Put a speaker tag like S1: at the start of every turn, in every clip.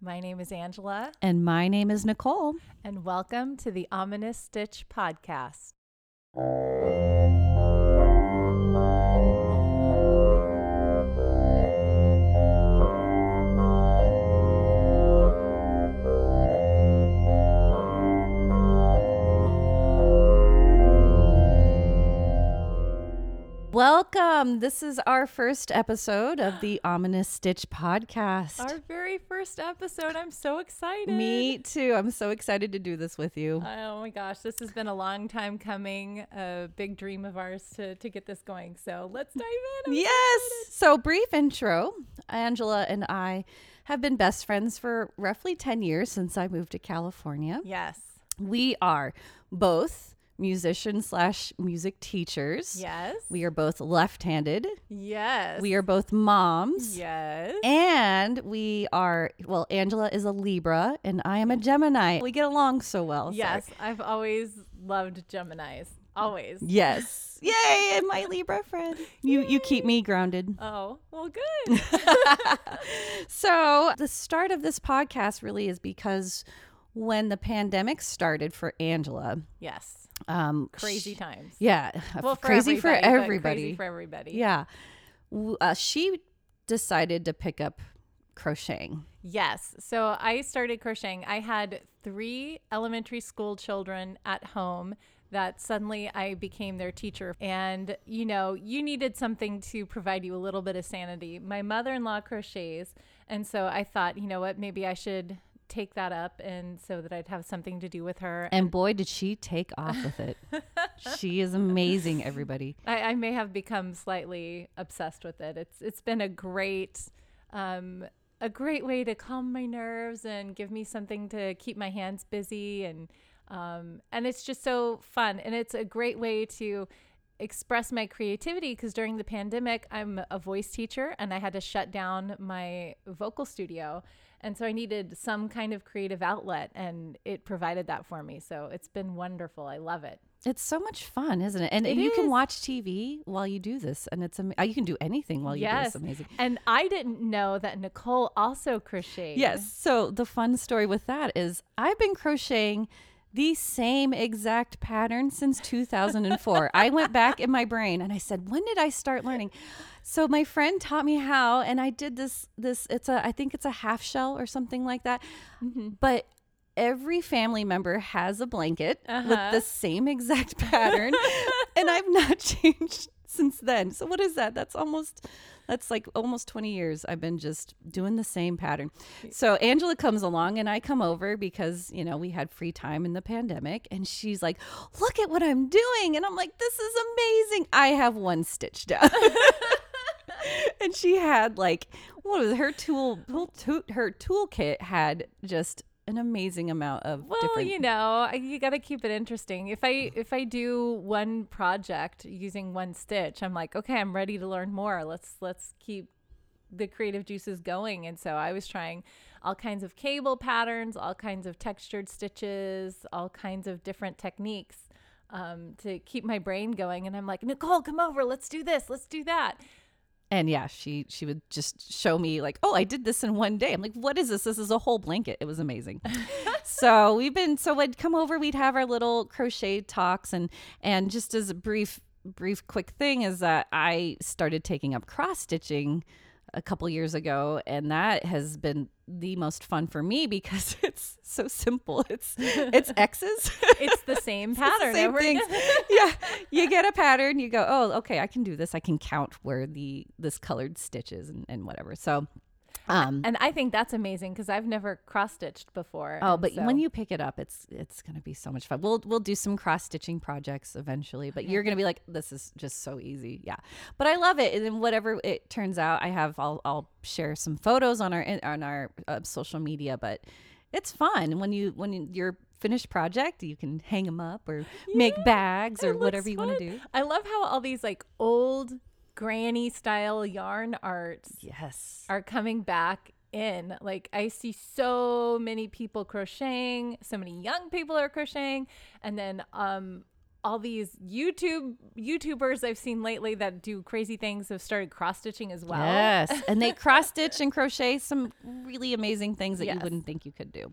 S1: My name is Angela,
S2: And my name is Nicole.
S1: and welcome to the Ominous Stitch Podcast.
S2: Welcome. This is our first episode of the Ominous Stitch podcast.
S1: Our very first episode. I'm so excited.
S2: Me too. I'm so excited to do this with you.
S1: Oh my gosh, this has been a long time coming. A big dream of ours to, to get this going. So let's dive in. I'm
S2: Yes. So, brief intro Angela and I have been best friends for roughly 10 years since I moved to California.
S1: Yes.
S2: We are both musicians slash music teachers.
S1: Yes.
S2: We are both left handed.
S1: Yes.
S2: We are both moms.
S1: Yes.
S2: And we are, well, Angela is a Libra and I am a Gemini. We get along so well. so-
S1: Yes. I've always loved Geminis. Always.
S2: Yes. Yay, and my Libra friend. You you keep me grounded.
S1: Oh, well, good.
S2: So, the start of this podcast really is because when the pandemic started for Angela,
S1: yes.
S2: um
S1: Crazy
S2: sh-
S1: times.
S2: yeah, uh,
S1: Well, for
S2: crazy for
S1: everybody, but
S2: everybody.
S1: Crazy for everybody.
S2: yeah. W- Uh, she decided to pick up crocheting.
S1: Yes. So I started crocheting. I had three elementary school children at home that suddenly I became their teacher. And, you know, you needed something to provide you a little bit of sanity. My mother in law crochets. And so I thought, you know what, maybe I should take that up and so that I'd have something to do with her.
S2: And boy, did she take off with it. she is amazing, everybody.
S1: I, I may have become slightly obsessed with it. It's it's been a great um, a great way to calm my nerves and give me something to keep my hands busy and um, and it's just so fun and it's a great way to express my creativity because during the pandemic I'm a voice teacher and I had to shut down my vocal studio and so I needed some kind of creative outlet and it provided that for me so it's been wonderful I love it
S2: It's so much fun, isn't it? And
S1: It
S2: you can
S1: is.
S2: watch TV while you do this, and it's am- uh, you can do anything while you do this. Amazing.
S1: And I didn't know that Nicole also crocheted.
S2: Yes. So the fun story with that is I've been crocheting the same exact pattern since 2004. I went back in my brain and I said, "When did I start learning?" So my friend taught me how and I did this this it's a I think it's a half shell or something like that.
S1: Mm-hmm.
S2: But every family member has a blanket
S1: Uh-huh.
S2: with the same exact pattern and I've not changed since then. So what is that? That's almost that's like almost 20 years I've been just doing the same pattern. So Angela comes along and I come over because, you know, we had free time in the pandemic and she's like, "Look at what I'm doing." And I'm like, "This is amazing. I have one stitch down." and she had like what was it? her tool tool- her toolkit had just an amazing amount of
S1: Well,
S2: different
S1: you know, I- you got to keep it interesting. If I if I do one project using one stitch, I'm like, okay, I'm ready to learn more. Let's let's keep the creative juices going. And so I was trying all kinds of cable patterns, all kinds of textured stitches, all kinds of different techniques um, to keep my brain going. And I'm like, Nicole, come over. Let's do this. Let's do that.
S2: And yeah, she she would just show me like, "Oh, I did this in one day." I'm like, "What is this? This is a whole blanket." It was amazing. so, we've been so I'd come over, we'd have our little crochet talks and and just as a brief brief quick thing is that I started taking up cross stitching a couple years ago and that has been the most fun for me because it's so simple. It's it's X's.
S1: It's the same
S2: It's the
S1: pattern.
S2: same
S1: over again.
S2: things. yeah, you get a pattern. You go, oh, okay, I can do this. I can count where the this colored stitches and, and whatever. So, um,
S1: And I think that's amazing because I've never cross stitched before.
S2: oh,
S1: and
S2: but
S1: so-
S2: when you pick it up, it's it's gonna be so much fun. We'll we'll do some cross stitching projects eventually, but you're gonna be like, this is just so easy. Yeah, but I love it. And then whatever it turns out, I have I'll I'll share some photos on our on our uh, social media, but. It's fun when you when you- your finished project you can hang them up or make bags
S1: It
S2: or
S1: looks
S2: whatever you want to
S1: fun.
S2: do.
S1: I love how all these like old granny style yarn arts
S2: Yes.
S1: are coming back in. Like I see so many people crocheting, so many young people are crocheting, and then um all these YouTube YouTubers I've seen lately that do crazy things have started cross stitching as well.
S2: Yes. And they cross stitch and crochet some really amazing things that you
S1: Yes.
S2: wouldn't think you could do.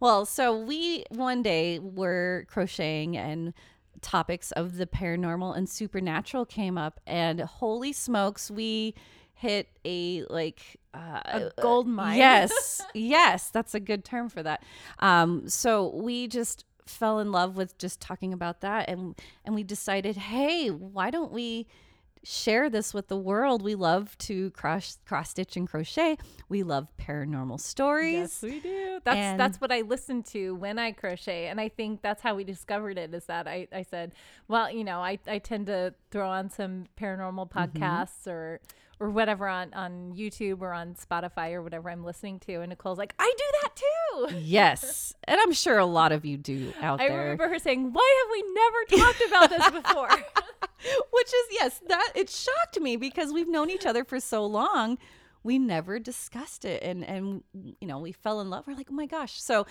S2: Well, so we one day were crocheting and topics of the paranormal and supernatural came up and holy smokes, we hit a like uh,
S1: A gold mine.
S2: Yes. yes, that's a good term for that. Um, so we just fell in love with just talking about that and and we decided, "Hey, why don't we share this with the world? We love to cross cross stitch and crochet. We love paranormal stories."
S1: Yes, we do. That's
S2: And-
S1: that's what I listen to when I crochet, and I think that's how we discovered it. Is that I, I said, well, you know, I, I tend to throw on some paranormal
S2: Mm-hmm.
S1: podcasts or or whatever on on YouTube or on Spotify or whatever I'm listening to, and Nicole's like, I do that too.
S2: Yes. And I'm sure a lot of you do out
S1: I
S2: there.
S1: remember her saying, why have we never talked about this before?
S2: Which is yes, that it shocked me because we've known each other for so long, we never discussed it, and and you know we fell in love. We're like, oh my gosh, so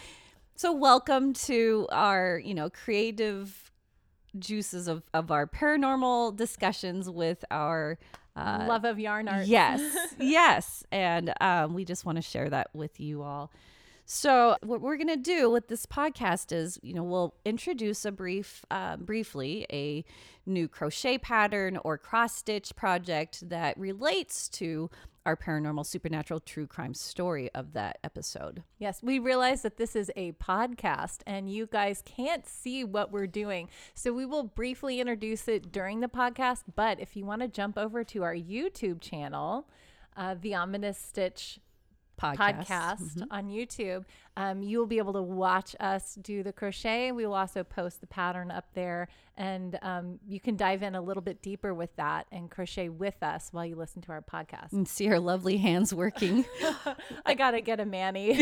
S2: so welcome to our you know creative juices of of our paranormal discussions with our uh,
S1: Love of yarn art.
S2: yes yes and um, we just want to share that with you all so what we're going to do with this podcast is you know we'll introduce a brief um, briefly a new crochet pattern or cross stitch project that relates to our paranormal supernatural true crime story of that episode
S1: Yes, we realize that this is a podcast and you guys can't see what we're doing. So we will briefly introduce it during the podcast. But if you want to jump over to our YouTube channel, uh, The Ominous Stitch
S2: podcast, mm-hmm.
S1: podcast on YouTube, um, you will be able to watch us do the crochet. We will also post the pattern up there and um, you can dive in a little bit deeper with that and crochet with us while you listen to our podcast.
S2: and see our lovely hands working Mm.
S1: I got to get a Manny.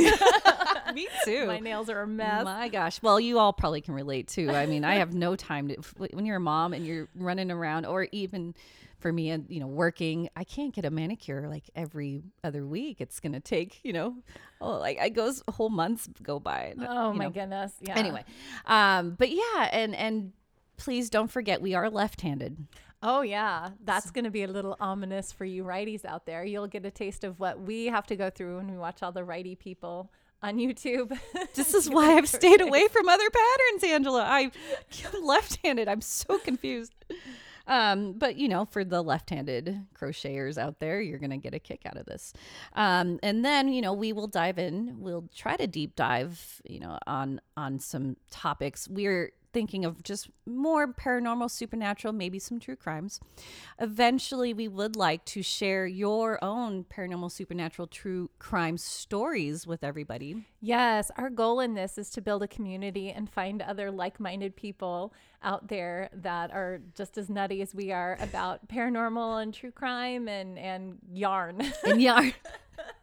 S2: me too
S1: My nails are a mess.
S2: My gosh. Well, you all probably can relate too. I mean, I have no time to if- when you're a mom and you're running around or even for me and you know working, I can't get a manicure like every other week. It's going to take, you know, oh, like I goes whole months go by. and,
S1: Oh
S2: you
S1: my
S2: know.
S1: goodness. Yeah.
S2: Anyway. Um but yeah, and and please don't forget we are left-handed.
S1: Oh yeah, that's going to be a little ominous for you righties out there. You'll get a taste of what we have to go through when we watch all the righty people on YouTube.
S2: This is why I've stayed away from other patterns, Angela. I'm left-handed. I'm so confused. Um, but you know, for the left-handed crocheters out there, you're gonna get a kick out of this. Um, and then you know, we will dive in. We'll try to deep dive, you know, on on some topics. We're thinking of just more paranormal, supernatural, maybe some true crimes. Eventually, we would like to share your own paranormal, supernatural, true crime stories with everybody.
S1: yes, our goal in this is to build a community and find other like-minded people out there that are just as nutty as we are about paranormal and true crime and and yarn.
S2: and yarn.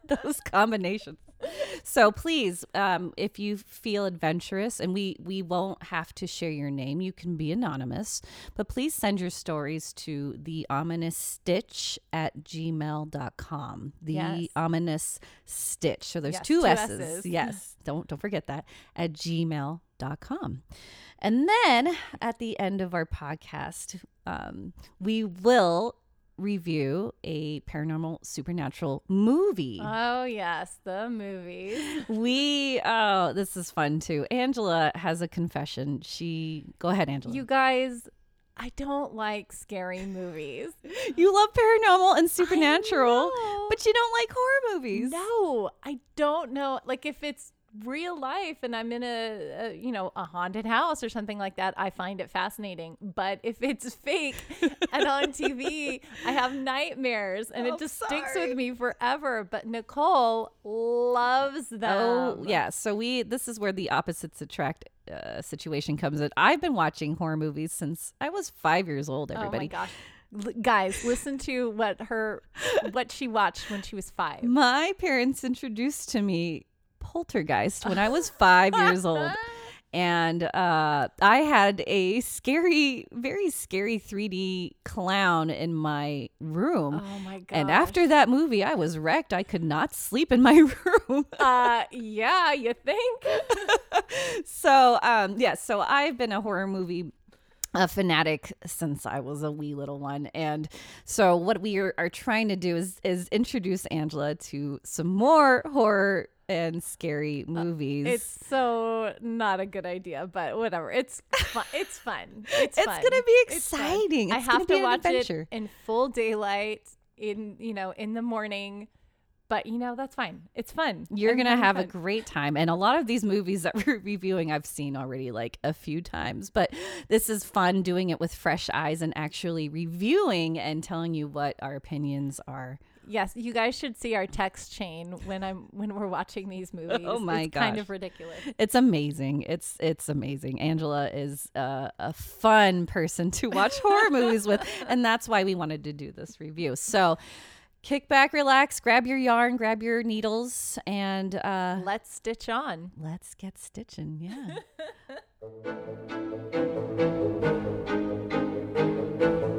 S2: Those combinations. So please, um, if you feel adventurous, and we we won't have to share your name, you can be anonymous, but please send your stories to the ominous stitch at gmail.com. The
S1: Yes.
S2: ominous stitch. So there's
S1: Yes,
S2: two,
S1: two
S2: S's.
S1: S's.
S2: Yes. Don't don't forget that at gmail.com. And then at the end of our podcast, um, we will review a paranormal supernatural movie.
S1: oh yes, the movies.
S2: we oh, this is fun too. Angela has a confession. She go ahead, Angela.
S1: You guys, I don't like scary movies.
S2: you love paranormal and
S1: know.
S2: but you don't like horror movies.
S1: No, I don't know. Like if it's real life and I'm in a, a you know a haunted house or something like that, I find it fascinating. But if it's fake and on TV, I have nightmares and
S2: I'm
S1: it just sticks
S2: Oh, sorry.
S1: with me forever. But Nicole loves them.
S2: Oh yeah, so we this is where the opposites attract uh, situation comes in. I've been watching horror movies since I was five years old.
S1: Oh my
S2: Everybody,
S1: gosh. L- guys, listen to what her what she watched when she was 5.
S2: My parents introduced to me Poltergeist when I was five years old. And uh, I had a scary, very scary 3D clown in my room.
S1: Oh my god.
S2: and after that movie, I was wrecked. I could not sleep in my room.
S1: uh yeah, you think?
S2: so, um, yeah, so I've been a horror movie a fanatic since I was a wee little one. And so what we are, are trying to do is is introduce Angela to some more horror and scary movies.
S1: Uh, It's so not a good idea, but whatever. It's fu- it's fun. It's,
S2: It's
S1: fun.
S2: gonna be
S1: It's fun.
S2: exciting.
S1: I
S2: It's gonna
S1: have
S2: be
S1: to
S2: an
S1: watch
S2: adventure.
S1: it in full daylight in you know in the morning, but you know that's fine. It's fun.
S2: You're
S1: I'm
S2: going to
S1: having
S2: have a
S1: fun.
S2: great time. And a lot of these movies that we're reviewing, I've seen already like a few times, but this is fun doing it with fresh eyes and actually reviewing and telling you what our opinions are.
S1: yes. You guys should see our text chain when I'm when we're watching these movies.
S2: Oh my
S1: it's kind
S2: gosh.
S1: of ridiculous.
S2: It's amazing. It's it's amazing. Angela is uh, a fun person to watch horror movies with, and that's why we wanted to do this review. So, kick back, relax, grab your yarn, grab your needles, and uh,
S1: Let's stitch on.
S2: let's get stitching. Yeah.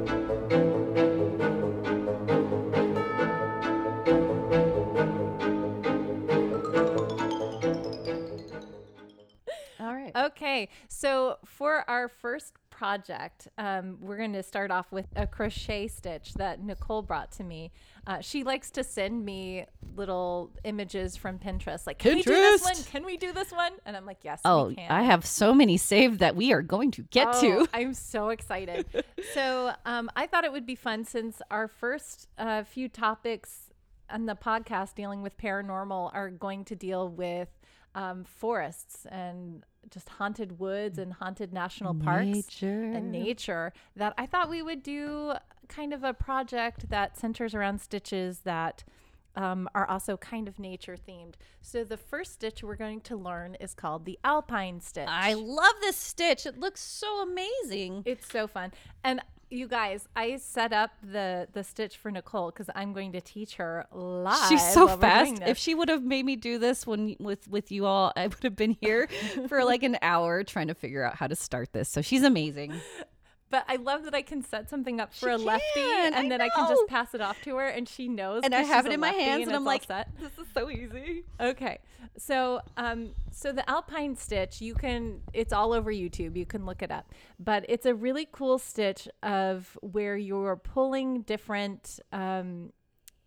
S2: All right.
S1: Okay, so for our first project, um, we're going to start off with a crochet stitch that Nicole brought to me. Uh, she likes to send me little images from Pinterest, like, can we do this one?
S2: Pinterest!
S1: Can we do this one? And I'm like, yes,
S2: Oh,
S1: we can.
S2: I have so many saved that we are going to get
S1: Oh,
S2: to.
S1: I'm so excited. so um, I thought it would be fun since our first uh, few topics on the podcast dealing with paranormal are going to deal with um, forests and just haunted woods and haunted national parks and nature that I thought we would do kind of a project that centers around stitches that um, are also kind of nature themed. So the first stitch we're going to learn is called the alpine stitch.
S2: I love this stitch. It looks so amazing.
S1: It's so fun. And you guys, I set up the the stitch for Nicole because I'm going to teach her live.
S2: She's so
S1: while we're doing
S2: fast.
S1: this.
S2: If she would have made me do this when with with you all, I would have been here for like an hour trying to figure out how to start this. So she's amazing.
S1: but I love that I can set something up for
S2: She
S1: a lefty,
S2: can,
S1: and
S2: I
S1: then I can just
S2: know.
S1: pass it off to her, and she knows.
S2: And I
S1: 'cause she's
S2: have it
S1: a
S2: in my
S1: lefty
S2: hands, and
S1: it's
S2: I'm
S1: all
S2: like,
S1: set.
S2: this is so easy.
S1: Okay. So, um, so the alpine stitch, you can, it's all over YouTube. You can look it up. But it's a really cool stitch of where you're pulling different um,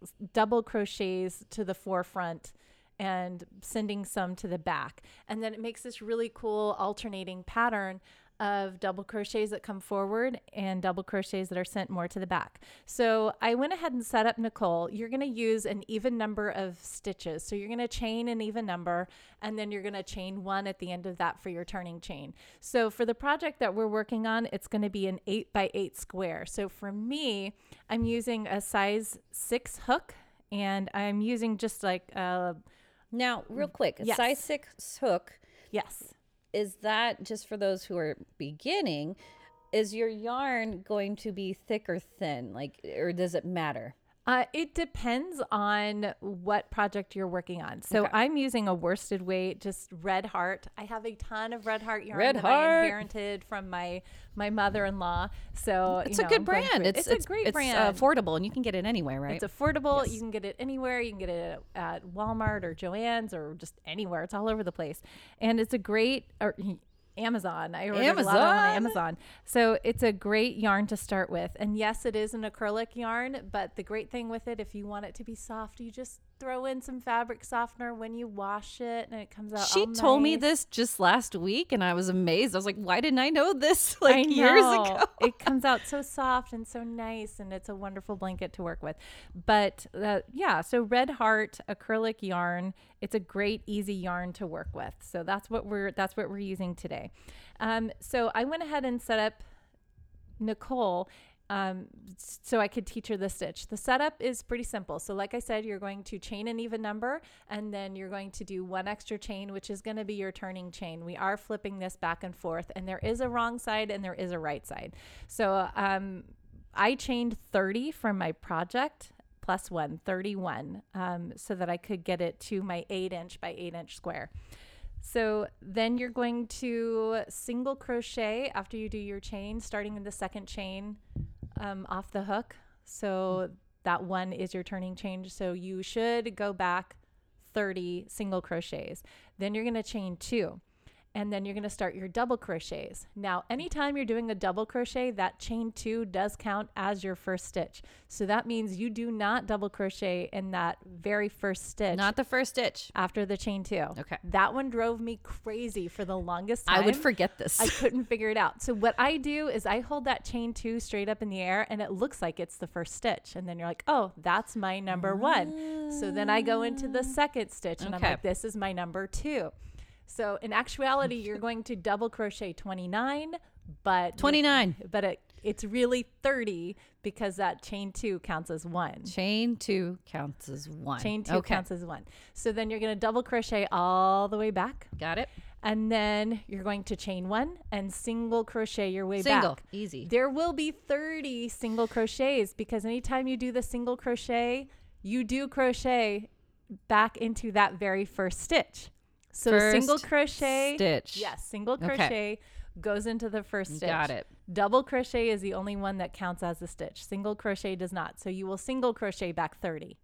S1: s- double crochets to the forefront and sending some to the back. And then it makes this really cool alternating pattern of double crochets that come forward and double crochets that are sent more to the back. So I went ahead and set up Nicole. You're going to use an even number of stitches. So you're going to chain an even number and then you're going to chain one at the end of that for your turning chain. So for the project that we're working on, it's going to be an 8 by 8 square. So for me, I'm using a size 6 hook and I'm using just like uh, a
S2: Now, real quick,
S1: Yes.
S2: size six hook
S1: yes.
S2: is that just for those who are beginning? Is your yarn going to be thick or thin? Like, or does it matter?
S1: Uh, it depends on what project you're working on. So
S2: Okay.
S1: I'm using a worsted weight, just red heart. I have a ton of red heart yarn
S2: Red
S1: that
S2: Heart.
S1: I inherited from my my mother-in-law. So
S2: It's
S1: you
S2: a
S1: know,
S2: good
S1: I'm going
S2: brand.
S1: through it.
S2: It's, uh,
S1: it's, a great brand.
S2: affordable, and you can get it anywhere, right?
S1: It's affordable. You can get it anywhere. You can get it at Walmart or Joann's or just anywhere. It's all over the place, and it's a great or Amazon. I ordered a lot on
S2: Amazon?
S1: Amazon, so it's a great yarn to start with. And yes, it is an acrylic yarn, but the great thing with it, if you want it to be soft, you just throw in some fabric softener when you wash it, and it comes out.
S2: she
S1: all
S2: told me
S1: Oh, nice.
S2: this just last week, and I was amazed. I was like, "Why didn't I know this like
S1: I
S2: years
S1: know.
S2: ago?"
S1: it comes out so soft and so nice, and it's a wonderful blanket to work with. But uh, yeah, so Red Heart acrylic yarn. It's a great, easy yarn to work with. So that's what we're that's what we're using today. Um, so I went ahead and set up Nicole um, s- so I could teach her the stitch. The setup is pretty simple. So, like I said, you're going to chain an even number and then you're going to do one extra chain, which is going to be your turning chain. We are flipping this back and forth, and there is a wrong side and there is a right side. So, um, I chained 30 from my project plus one, 31, um, so that I could get it to my eight inch by eight inch square. So then you're going to single crochet after you do your chain, starting in the second chain um, off the hook. So that one is your turning chain. So you should go back 30 single crochets. Then you're going to chain two. and then you're going to start your double crochets. Now, anytime you're doing a double crochet, that chain two does count as your first stitch. So that means you do not double crochet in that very first stitch
S2: Not the first stitch.
S1: after the chain two.
S2: Okay.
S1: That one drove me crazy for the longest
S2: I
S1: time.
S2: would forget this.
S1: I couldn't figure it out. So what I do is I hold that chain two straight up in the air and it looks like it's the first stitch. And then you're like, oh, that's my number one. So then I go into the second stitch and
S2: Ah. Okay.
S1: I'm like, this is my number two. So in actuality, you're going to double crochet 29, but
S2: 29.
S1: but it, it's really 30 because that chain two counts as one.
S2: Chain two counts as one.
S1: Chain two counts as one. So then you're going to double crochet all the way back.
S2: Got it.
S1: And then you're going to chain one and single crochet your way
S2: Single.
S1: back.
S2: Easy.
S1: There will be 30 single crochets because anytime you do the single crochet, you do crochet back into that very first stitch. So single
S2: First
S1: crochet,
S2: Stitch.
S1: yes, single
S2: Okay.
S1: crochet goes into the first stitch.
S2: Got it.
S1: Double crochet is the only one that counts as a stitch. Single crochet does not. So you will single crochet back 30.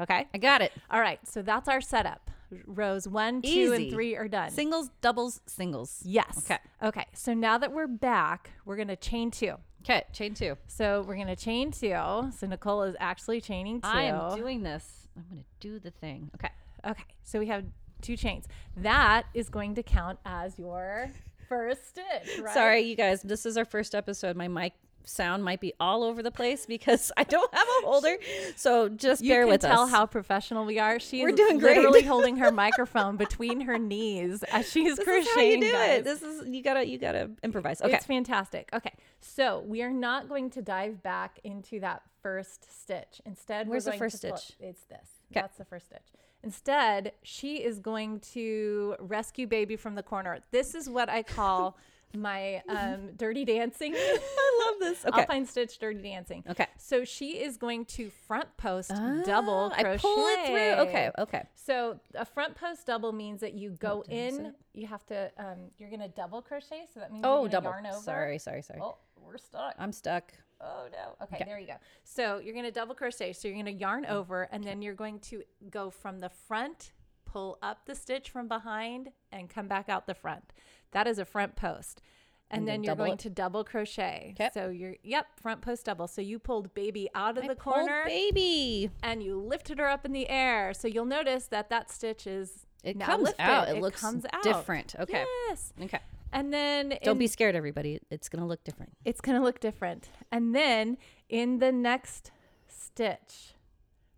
S1: Okay?
S2: I got it.
S1: All right. So that's our setup. Rows 1, 2
S2: Easy.
S1: and 3 are done.
S2: Singles, doubles, singles.
S1: Yes.
S2: Okay.
S1: Okay. So now that we're back, we're going to chain two.
S2: Okay. Chain two.
S1: So we're going to chain two. So Nicole is actually chaining two.
S2: I am doing this. I'm going to do the thing. Okay.
S1: okay. So we have two chains. That is going to count as your first stitch, right?
S2: Sorry, you guys. This is our first episode. My mic sound might be all over the place because I don't have a holder. So just
S1: You
S2: bear
S1: can
S2: with
S1: tell
S2: us.
S1: how professional we are. She's
S2: We're doing great.
S1: literally holding her microphone between her knees as she's
S2: this
S1: crocheting.
S2: is how you do
S1: guys.
S2: it. This is you gotta you gotta improvise. Okay.
S1: It's fantastic. Okay. So we are not going to dive back into that first stitch. Instead,
S2: Where's the
S1: we're going
S2: first
S1: to pull-
S2: stitch?
S1: it's this. That's the first stitch. Instead, she is going to rescue baby from the corner. This is what I call my um, dirty dancing.
S2: I love this. Okay.
S1: Alpine stitch dirty dancing.
S2: Okay.
S1: So she is going to front post double
S2: Ah,
S1: crochet.
S2: I pull it through. Okay. Okay.
S1: So a front post double means that you go in. You have to. Um, you're going to double crochet. So that means you're
S2: Oh,
S1: gonna
S2: double.
S1: yarn over.
S2: Sorry. Sorry. Sorry.
S1: Oh, we're stuck.
S2: I'm stuck.
S1: Oh no. Okay, there you go. So you're gonna double crochet. So you're gonna yarn
S2: Mm.
S1: over, and then you're going to go from the front, pull up the stitch from behind, and come back out the front. That is a front post. And,
S2: And then
S1: then you're
S2: double
S1: going
S2: it.
S1: to double crochet.
S2: Yep.
S1: So you're yep, front post double. So you pulled baby out of
S2: I
S1: the
S2: pulled
S1: corner
S2: baby.
S1: and you lifted her up in the air. So you'll notice that that stitch is
S2: It
S1: now
S2: comes
S1: lifted.
S2: out. It, looks
S1: comes out.
S2: different. Okay.
S1: Yes.
S2: Okay.
S1: And then
S2: Don't
S1: in
S2: be scared, everybody. It's gonna look different.
S1: it's going to look different. And then in the next stitch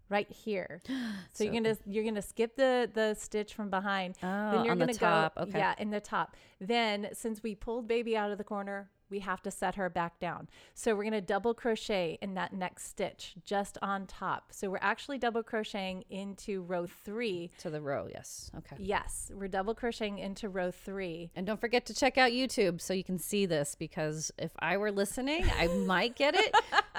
S1: right here. So, you're going to you're going to skip the the stitch from behind.
S2: Oh,
S1: then you're
S2: on the
S1: gonna
S2: top.
S1: go
S2: Okay.
S1: yeah, in the top. Then since we pulled baby out of the corner, we have to set her back down. So we're going to double crochet in that next stitch just on top. So we're actually double crocheting into row 3.
S2: To the row. Yes. Okay.
S1: Yes, we're double crocheting into row 3.
S2: And don't forget to check out YouTube so you can see this because if I were listening, I might get it.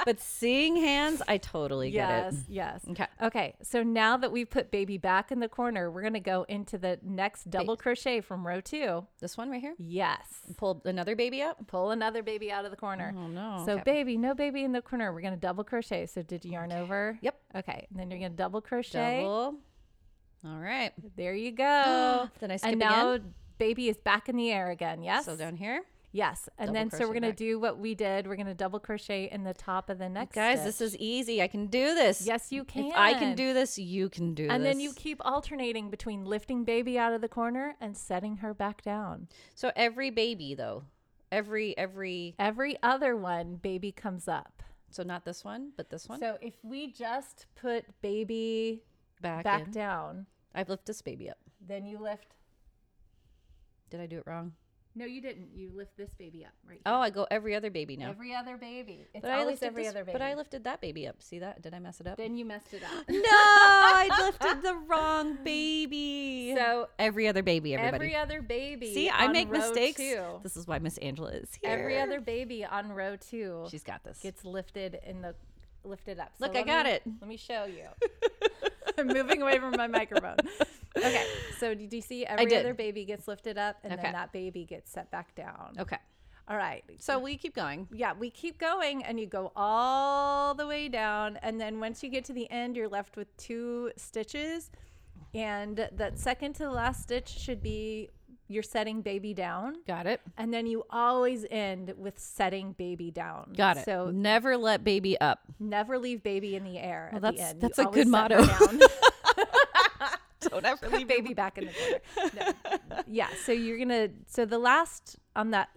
S2: but seeing hands, I totally get
S1: Yes,
S2: it.
S1: yes.
S2: Okay.
S1: Okay. So now that we've put baby back in the corner, we're going to go into the next double crochet from row two.
S2: This one right here.
S1: Yes.
S2: Pull another baby out.
S1: Pull another baby out of the corner.
S2: Oh no.
S1: So
S2: Okay.
S1: baby, no baby in the corner. We're going to double crochet. So did you yarn over?
S2: Yep.
S1: Okay. And then you're going to double crochet.
S2: double. All right.
S1: There you go.
S2: Then I skip
S1: and now baby is back in the air again. Yes.
S2: So down here.
S1: Yes. And
S2: Double
S1: then so we're
S2: crochet
S1: going to
S2: back.
S1: do what we did. We're going to double crochet in the top of the next
S2: Guys,
S1: stitch.
S2: this is easy. I can do this.
S1: Yes, you can.
S2: If I can do this, you can do
S1: And
S2: this.
S1: then you keep alternating between lifting baby out of the corner and setting her back down.
S2: So every baby though. Every every
S1: Every other one, baby comes up.
S2: so not this one, but this one.
S1: So if we just put baby
S2: back
S1: back,
S2: in.
S1: down,
S2: I've lifted this baby up.
S1: then you lift.
S2: Did I do it wrong?
S1: No, you didn't. You lift this baby up right
S2: Oh, I go every other baby now.
S1: Every other baby. It's
S2: But I
S1: always
S2: lifted
S1: every
S2: this-
S1: other baby.
S2: But I lifted that baby up. See that? Did I mess it up?
S1: then you messed it up.
S2: no, I lifted the wrong baby.
S1: So
S2: every other baby, everybody.
S1: every other baby.
S2: See, I
S1: on
S2: make
S1: row
S2: mistakes.
S1: two-
S2: This is why Miss Angela is here.
S1: every other baby on row two
S2: She's got this.
S1: gets lifted in the lifted up.
S2: Look, I got it.
S1: Let me show you. I'm moving away from my microphone. Okay, so did you see every
S2: did.
S1: other baby gets lifted up and
S2: Okay.
S1: then that baby gets set back down?
S2: Okay.
S1: All right.
S2: So we keep going.
S1: Yeah, we keep going and you go all the way down. And then once you get to the end, you're left with two stitches. And that second to the last stitch should be you're setting baby down.
S2: Got it.
S1: And then you always end with setting baby down.
S2: Got it. So
S1: So
S2: never let baby up.
S1: never leave baby in the air
S2: Well,
S1: at
S2: that's-
S1: the end.
S2: that's
S1: You
S2: a good
S1: always set her down.
S2: Don't ever leave
S1: baby back in the corner. No. yeah. So you're gonna. So the last on that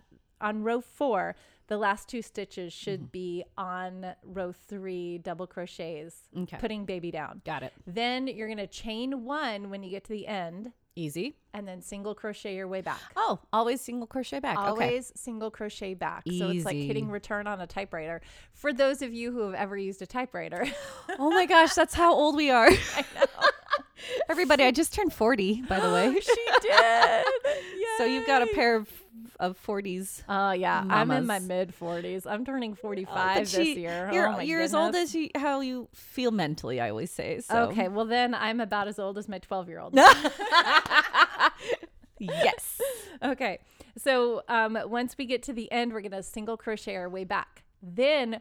S1: on row four, the last two stitches should
S2: Mm-hmm.
S1: be on row three, double crochets,
S2: Okay.
S1: putting baby down.
S2: Got it.
S1: Then you're gonna chain one when you get to the end,
S2: Easy.
S1: and then single crochet your way back.
S2: Oh, always single crochet back. Okay.
S1: Always single crochet back. So it's like hitting
S2: Easy.
S1: return on a typewriter. For those of you who have ever used a typewriter,
S2: Oh my gosh, that's how old we are. Everybody, I just turned 40, by the way.
S1: she did.
S2: so you've got a pair of, of 40s.
S1: Oh yeah, I'm in my
S2: Mamas.
S1: mid 40s. I'm turning 45
S2: Oh, But
S1: this
S2: she-
S1: year.
S2: You're,
S1: oh my
S2: you're as old
S1: goodness.
S2: as you, how you feel mentally, I always say. So.
S1: Okay, well then I'm about as old as my 12 year old.
S2: Yes.
S1: okay, so um, once we get to the end, we're gonna single crochet our way back. Then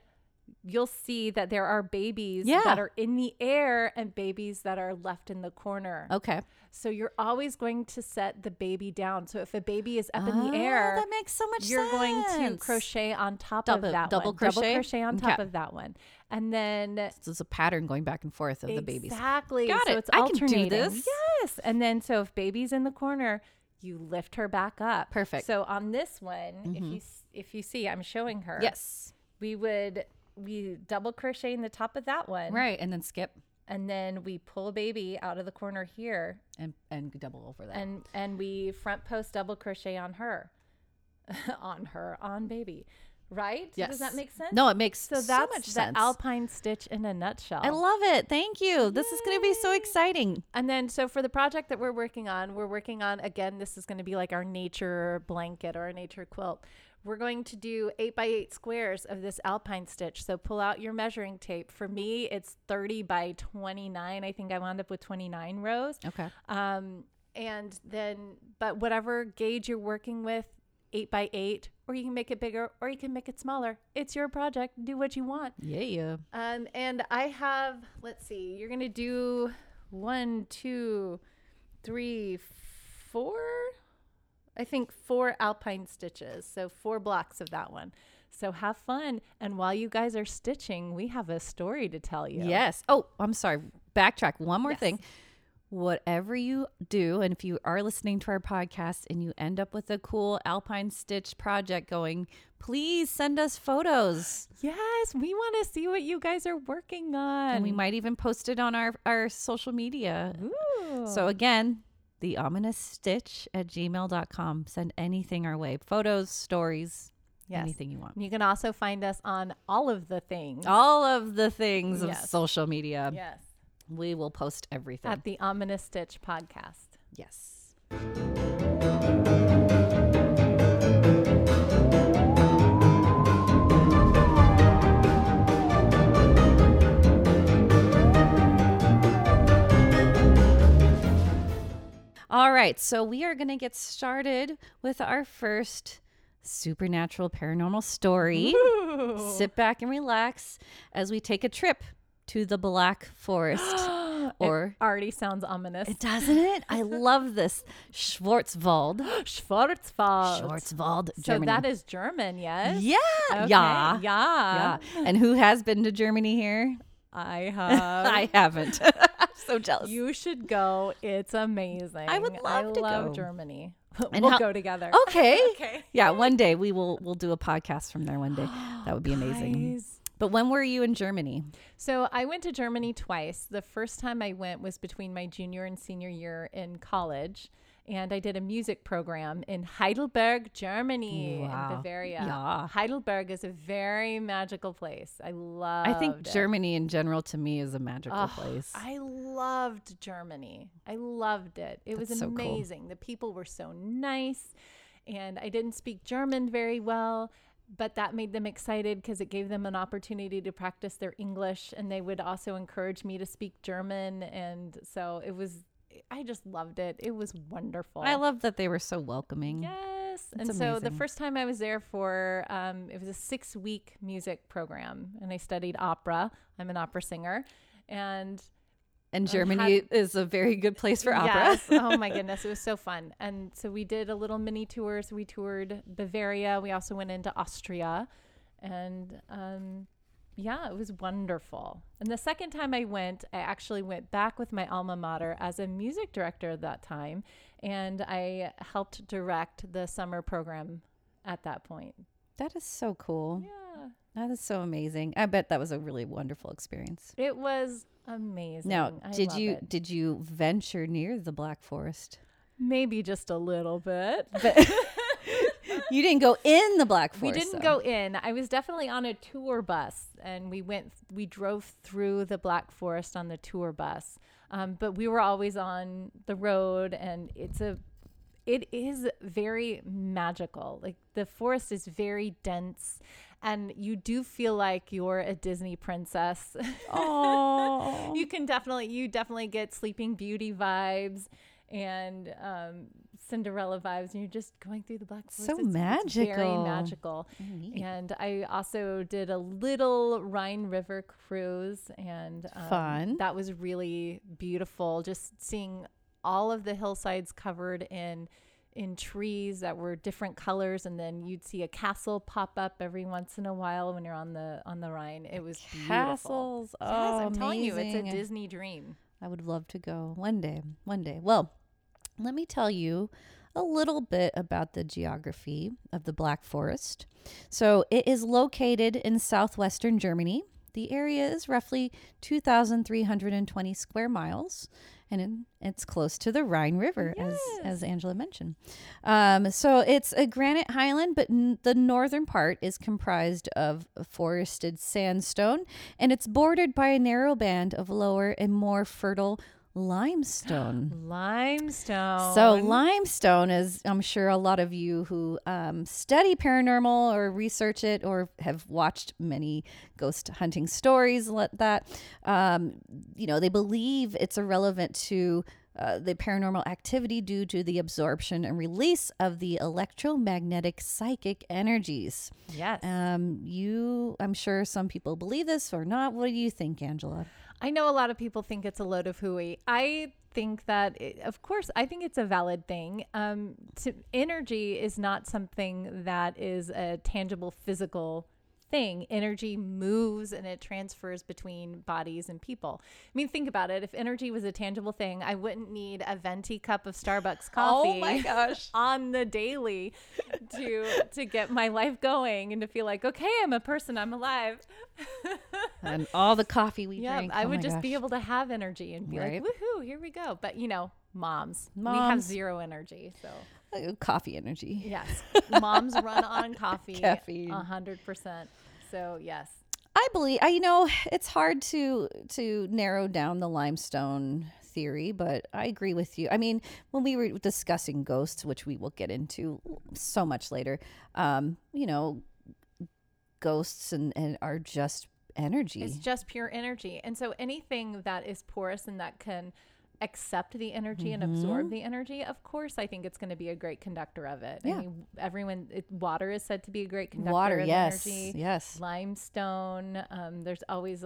S1: you'll see that there are babies
S2: Yeah.
S1: that are in the air and babies that are left in the corner.
S2: Okay.
S1: So you're always going to set the baby down. So if a baby is up in
S2: Oh,
S1: the air,
S2: That makes so much
S1: you're
S2: sense.
S1: going to crochet on top
S2: Double-
S1: of that
S2: double
S1: one.
S2: crochet?
S1: Double crochet on top
S2: Okay.
S1: of that one. And then
S2: So it's a pattern going back and forth of the babies.
S1: Exactly.
S2: Got
S1: so
S2: it.
S1: it's
S2: I can do
S1: alternating.
S2: this.
S1: Yes. And then so if baby's in the corner, you lift her back up.
S2: Perfect. Mm-hmm.
S1: So on this one, if you s- if you see, I'm showing her.
S2: Yes.
S1: We would we double crochet in the top of that one.
S2: Right. And then skip
S1: And then we pull baby out of the corner here
S2: and, and double over that.
S1: and and we front post double crochet on her. on her, on baby. Right? Does that
S2: Yes.
S1: make sense?
S2: No, it makes so,
S1: So that's
S2: much
S1: the
S2: sense.
S1: alpine stitch in a nutshell.
S2: I love it. Thank you. This is going to be so exciting.
S1: And then, so for the project that we're working on, we're working on again, this is going to be like our nature blanket or our nature quilt. We're going to do eight by eight squares of this alpine stitch. So pull out your measuring tape. For me, it's 30 by 29. I think I wound up with 29 rows.
S2: Okay.
S1: Um, and then, but whatever gauge you're working with, eight by eight, or you can make it bigger or you can make it smaller. It's your project. Do what you want.
S2: Yeah, yeah.
S1: Um, and I have, let's see, you're going to do one, two, three, four, I think four alpine stitches. So four blocks of that one. So have fun. And while you guys are stitching, we have a story to tell you.
S2: Yes. Oh, I'm sorry. Backtrack one more thing. Whatever you do, and if you are listening to our podcast and you end up with a cool Alpine Stitch project going, please send us photos.
S1: Yes. We want to see what you guys are working on.
S2: And we might even post it on our, our social media.
S1: Ooh.
S2: So, again, the ominous stitch at gmail.com. Send anything our way photos, stories,
S1: Yes.
S2: anything you want.
S1: you can also find us on all of the things.
S2: All of the things of
S1: Yes.
S2: social media.
S1: yes.
S2: We will post everything.
S1: At the Ominous Stitch podcast.
S2: yes. All right, so we are going to get started with our first supernatural paranormal story. Sit back and relax as we take a trip to the Black Forest. or
S1: Already sounds ominous.
S2: doesn't it? I love this Schwarzwald.
S1: Schwarzwald.
S2: Schwarzwald,
S1: So
S2: Germany.
S1: that is German, yes?
S2: yeah,
S1: Okay,
S2: yeah,
S1: yeah.
S2: yeah. And who has been to Germany here?
S1: I have.
S2: I haven't. I'm so jealous.
S1: Oh. you should go. It's amazing.
S2: I would love to
S1: love
S2: go.
S1: Germany.
S2: And
S1: we'll
S2: how-
S1: go together.
S2: okay.
S1: Okay.
S2: Yeah, one day we will we'll do a podcast from there. One day that would be amazing.
S1: Guys.
S2: But when were you in Germany?
S1: So I went to Germany twice. The first time I went was between my junior and senior year in college. And I did a music program in Heidelberg, Germany,
S2: Wow.
S1: in Bavaria.
S2: Yeah.
S1: Heidelberg is a very magical place. I love
S2: I think Germany in general to me is a magical
S1: Oh,
S2: place.
S1: I loved Germany. I loved it. It was
S2: That's so cool.
S1: amazing. The people were so nice, and I didn't speak German very well, but that made them excited because it gave them an opportunity to practice their English, and they would also encourage me to speak German. And so it was, I just loved it. It was wonderful.
S2: I love that they were so welcoming.
S1: Yes.
S2: That's
S1: and so the
S2: amazing.
S1: first time I was there for, um, it was a six week music program, and I studied opera. I'm an opera singer. And
S2: And Germany is a very good place for opera.
S1: Yes. Oh my goodness, it was so fun. And so we did a little mini tour. So we toured Bavaria. We also went into Austria, and um, yeah, it was wonderful. And the second time I went, I actually went back with my alma mater as a music director at that time, and I helped direct the summer program at that point.
S2: That is so cool.
S1: Yeah,
S2: That is so amazing. I bet that was a really wonderful experience.
S1: it was amazing.
S2: Now,
S1: I
S2: did
S1: love
S2: you
S1: it.
S2: did you venture near the Black Forest?
S1: Maybe just a little bit.
S2: You didn't go in the Black
S1: We
S2: Forest.
S1: didn't
S2: though.
S1: go in. I was definitely on a tour bus, and we went. We drove through the Black Forest on the tour bus, um, but we were always on the road, and it's a. It is very magical. Like the forest is very dense, and you do feel like you're a Disney princess.
S2: Oh.
S1: you can definitely, you definitely get Sleeping Beauty vibes and um, Cinderella vibes, and you're just going through the Black Forest.
S2: So
S1: very
S2: magical.
S1: magical.
S2: Neat.
S1: And I also did a little Rhine River cruise, and um,
S2: Fun.
S1: That was really beautiful. Just seeing all of the hillsides covered in in trees that were different colors, and then you'd see a castle pop up every once in a while when you're on the on the Rhine. It was Beautiful.
S2: Castles.
S1: Yes,
S2: Oh,
S1: I'm telling you, it's a
S2: amazing.
S1: Disney dream.
S2: I would love to go one day. One day. Well, let me tell you a little bit about the geography of the Black Forest. So, it is located in southwestern Germany. The area is roughly 2,320 square miles, and it- it's close to the Rhine River, as, as Angela mentioned. Um, so, it's a granite highland, but n- the northern part is comprised of forested sandstone, and it's bordered by a narrow band of lower and more fertile limestone.
S1: Limestone.
S2: So limestone is, I'm sure, a lot of you who um, study paranormal or research it or have watched many ghost hunting stories like that, um, you know, they believe it's irrelevant to uh, the paranormal activity due to the absorption and release of the electromagnetic psychic energies.
S1: yes.
S2: Um, you, I'm sure, some people believe this or not. What do you think, Angela?
S1: I know a lot of people think it's a load of hooey. I think that, it, of course, I think it's a valid thing. Um, to, energy is not something that is a tangible physical thing. Energy moves and it transfers between bodies and people. I mean, think about it. If energy was a tangible thing, I wouldn't need a venti cup of Starbucks
S2: Oh
S1: coffee
S2: gosh!
S1: on the daily to to get my life going and to feel like, okay, I'm a person, I'm alive.
S2: and all the coffee we
S1: Yeah,
S2: drink.
S1: I
S2: Oh
S1: would
S2: my
S1: just
S2: gosh.
S1: be able to have energy and be
S2: Right.
S1: like, woohoo, here we go. But you know, moms, we have
S2: Moms.
S1: zero energy. So
S2: Uh, coffee energy.
S1: yes, moms run on coffee,
S2: Caffeine.
S1: a hundred percent. So yes,
S2: I believe I you know it's hard to to narrow down the limestone theory, but I agree with you. I mean, when we were discussing ghosts, which we will get into so much later, um, you know, ghosts and, and are just energy.
S1: it's just pure energy, and so anything that is porous and that can accept the energy and
S2: Mm-hmm.
S1: absorb the energy of course i think it's going to be a great conductor of it
S2: Yeah.
S1: i mean everyone it, water is said to be a great conductor
S2: Water,
S1: of
S2: yes,
S1: energy
S2: yes.
S1: limestone. Um, there's always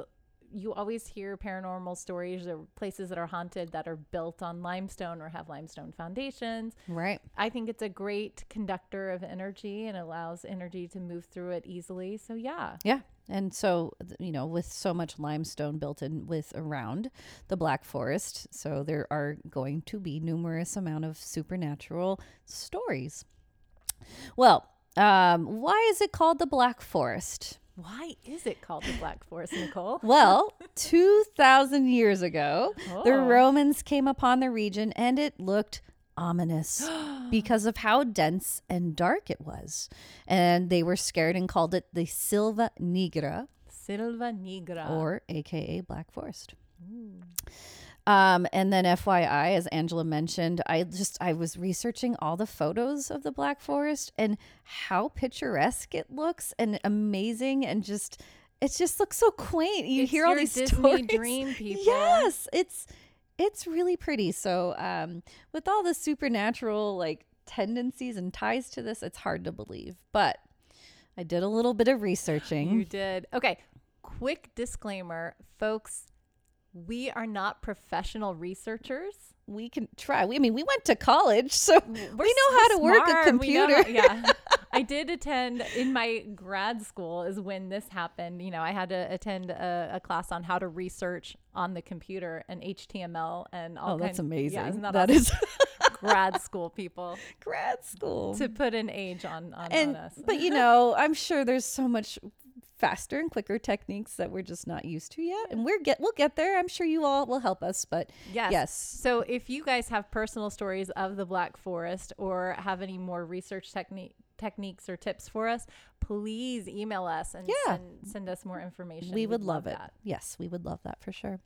S1: you always hear paranormal stories or places that are haunted that are built on limestone or have limestone foundations.
S2: Right.
S1: I think it's a great conductor of energy and allows energy to move through it easily. So yeah.
S2: Yeah. And so, th- you know, with so much limestone built in with around the Black Forest, so there are going to be numerous amount of supernatural stories. Well, um, why is it called the Black Forest?
S1: Why is it called the Black Forest, Nicole?
S2: Well, 2,000 years ago, the
S1: Oh.
S2: Romans came upon the region and it looked ominous because of how dense and dark it was. And they were scared and called it the Silva Nigra,
S1: Silva Nigra.
S2: or AKA Black Forest. Um, and then FYI, as Angela mentioned, I just I was researching all the photos of the Black Forest and how picturesque it looks and amazing and just it just looks so quaint. You
S1: It's
S2: hear all
S1: your
S2: these
S1: Disney
S2: stories.
S1: dream, people.
S2: Yes, it's it's really pretty. So um, with all the supernatural like tendencies and ties to this, it's hard to believe. But I did a mm. little bit of researching.
S1: You did. Okay. Quick disclaimer, folks. we are not professional researchers.
S2: We can try. We, I mean, we went to college, so we know how to work a
S1: smart. We know
S2: computer.
S1: how- yeah. I did attend in my grad school is when this happened. You know, I had to attend a, a class on how to research on the computer and HTML and all.
S2: Oh, that's
S1: kind-
S2: amazing.
S1: Yeah, isn't that,
S2: that
S1: awesome?
S2: is
S1: grad school people
S2: grad school.
S1: to put an age on on,
S2: and
S1: on us.
S2: but you know, I'm sure there's so much faster and quicker techniques that we're just not used to yet, and we're get we'll get there. I'm sure you all will help us, but
S1: Yes.
S2: yes.
S1: So if you guys have personal stories of the Black Forest or have any more research technique techniques or tips for us, please email us and
S2: Yeah.
S1: send, send us more information. We'd
S2: we would love, it.
S1: that.
S2: Yes, we would love that for sure.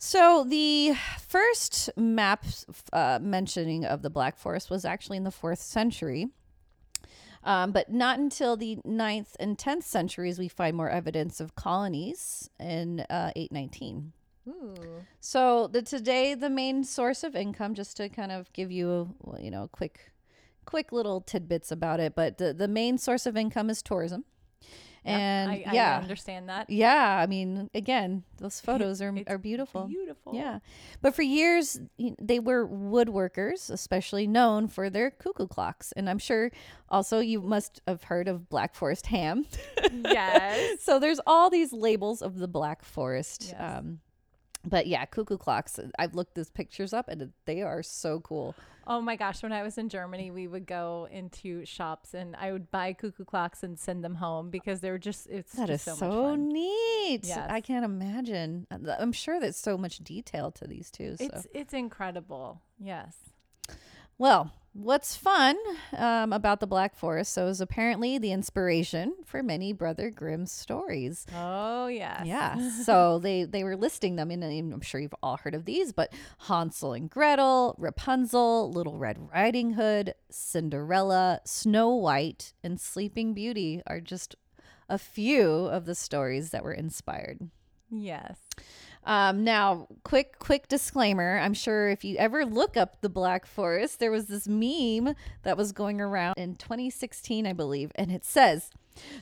S2: So the first map uh, mentioning of the Black Forest was actually in the fourth century. Um, but not until the 9th and 10th centuries we find more evidence of colonies in uh, 819.
S1: Ooh.
S2: So the today the main source of income, just to kind of give you well, you know quick, quick little tidbits about it. But the the main source of income is tourism,
S1: Yep,
S2: and
S1: I, I
S2: yeah,
S1: understand that.
S2: yeah. I mean, again, those photos are
S1: It's
S2: are beautiful.
S1: Beautiful.
S2: Yeah, but for years y- they were woodworkers, especially known for their cuckoo clocks, and I'm sure also you must have heard of Black Forest ham.
S1: Yes.
S2: so there's all these labels of the black forest
S1: Yes.
S2: um but yeah cuckoo clocks uh, i've looked these pictures up and they are so cool
S1: Oh my gosh, when I was in Germany, we would go into shops and I would buy cuckoo clocks and send them home because they were just it's
S2: that is
S1: just
S2: so,
S1: so, much fun.
S2: neat
S1: Yes.
S2: i can't imagine uh, i'm sure there's so much detail to these too so
S1: It's it's incredible. Yes.
S2: well what's fun um, about the black forest so is apparently the inspiration for many brother grimm's stories
S1: Oh yes.
S2: Yeah. So they they were listing them, and I'm sure you've all heard of these, but Hansel and Gretel, Rapunzel, Little Red Riding Hood, Cinderella, Snow White, and Sleeping Beauty are just a few of the stories that were inspired.
S1: Yes.
S2: Um, now, quick, quick disclaimer. I'm sure if you ever look up the Black Forest, there was this meme that was going around in 2016, I believe, and it says,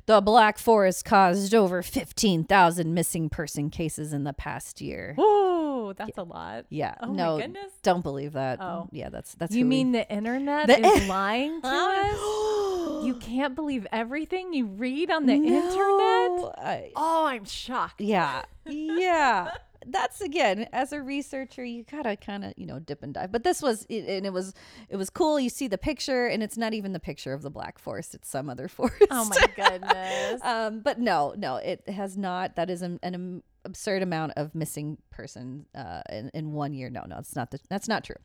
S2: "The Black Forest caused over 15,000 missing person cases in the past year."
S1: Oh, that's a lot.
S2: Yeah,
S1: Oh my
S2: no,
S1: goodness.
S2: don't believe that.
S1: Oh.
S2: yeah, that's that's
S1: You
S2: who we-
S1: mean the internet
S2: The
S1: is
S2: in-
S1: lying to us?
S2: Huh?
S1: You can't believe everything you read on the internet?
S2: No, I-
S1: Oh, I'm shocked.
S2: Yeah. Yeah. That's again, as a researcher, you gotta kind of, you know, dip and dive. But this was, it, and it was, it was cool. You see the picture, and it's not even the picture of the Black Forest; it's some other forest.
S1: Oh my goodness.
S2: um, but no, no, it has not. That is an, an am- absurd amount of missing person uh, in, in one year. No, no, it's not. The, that's not true.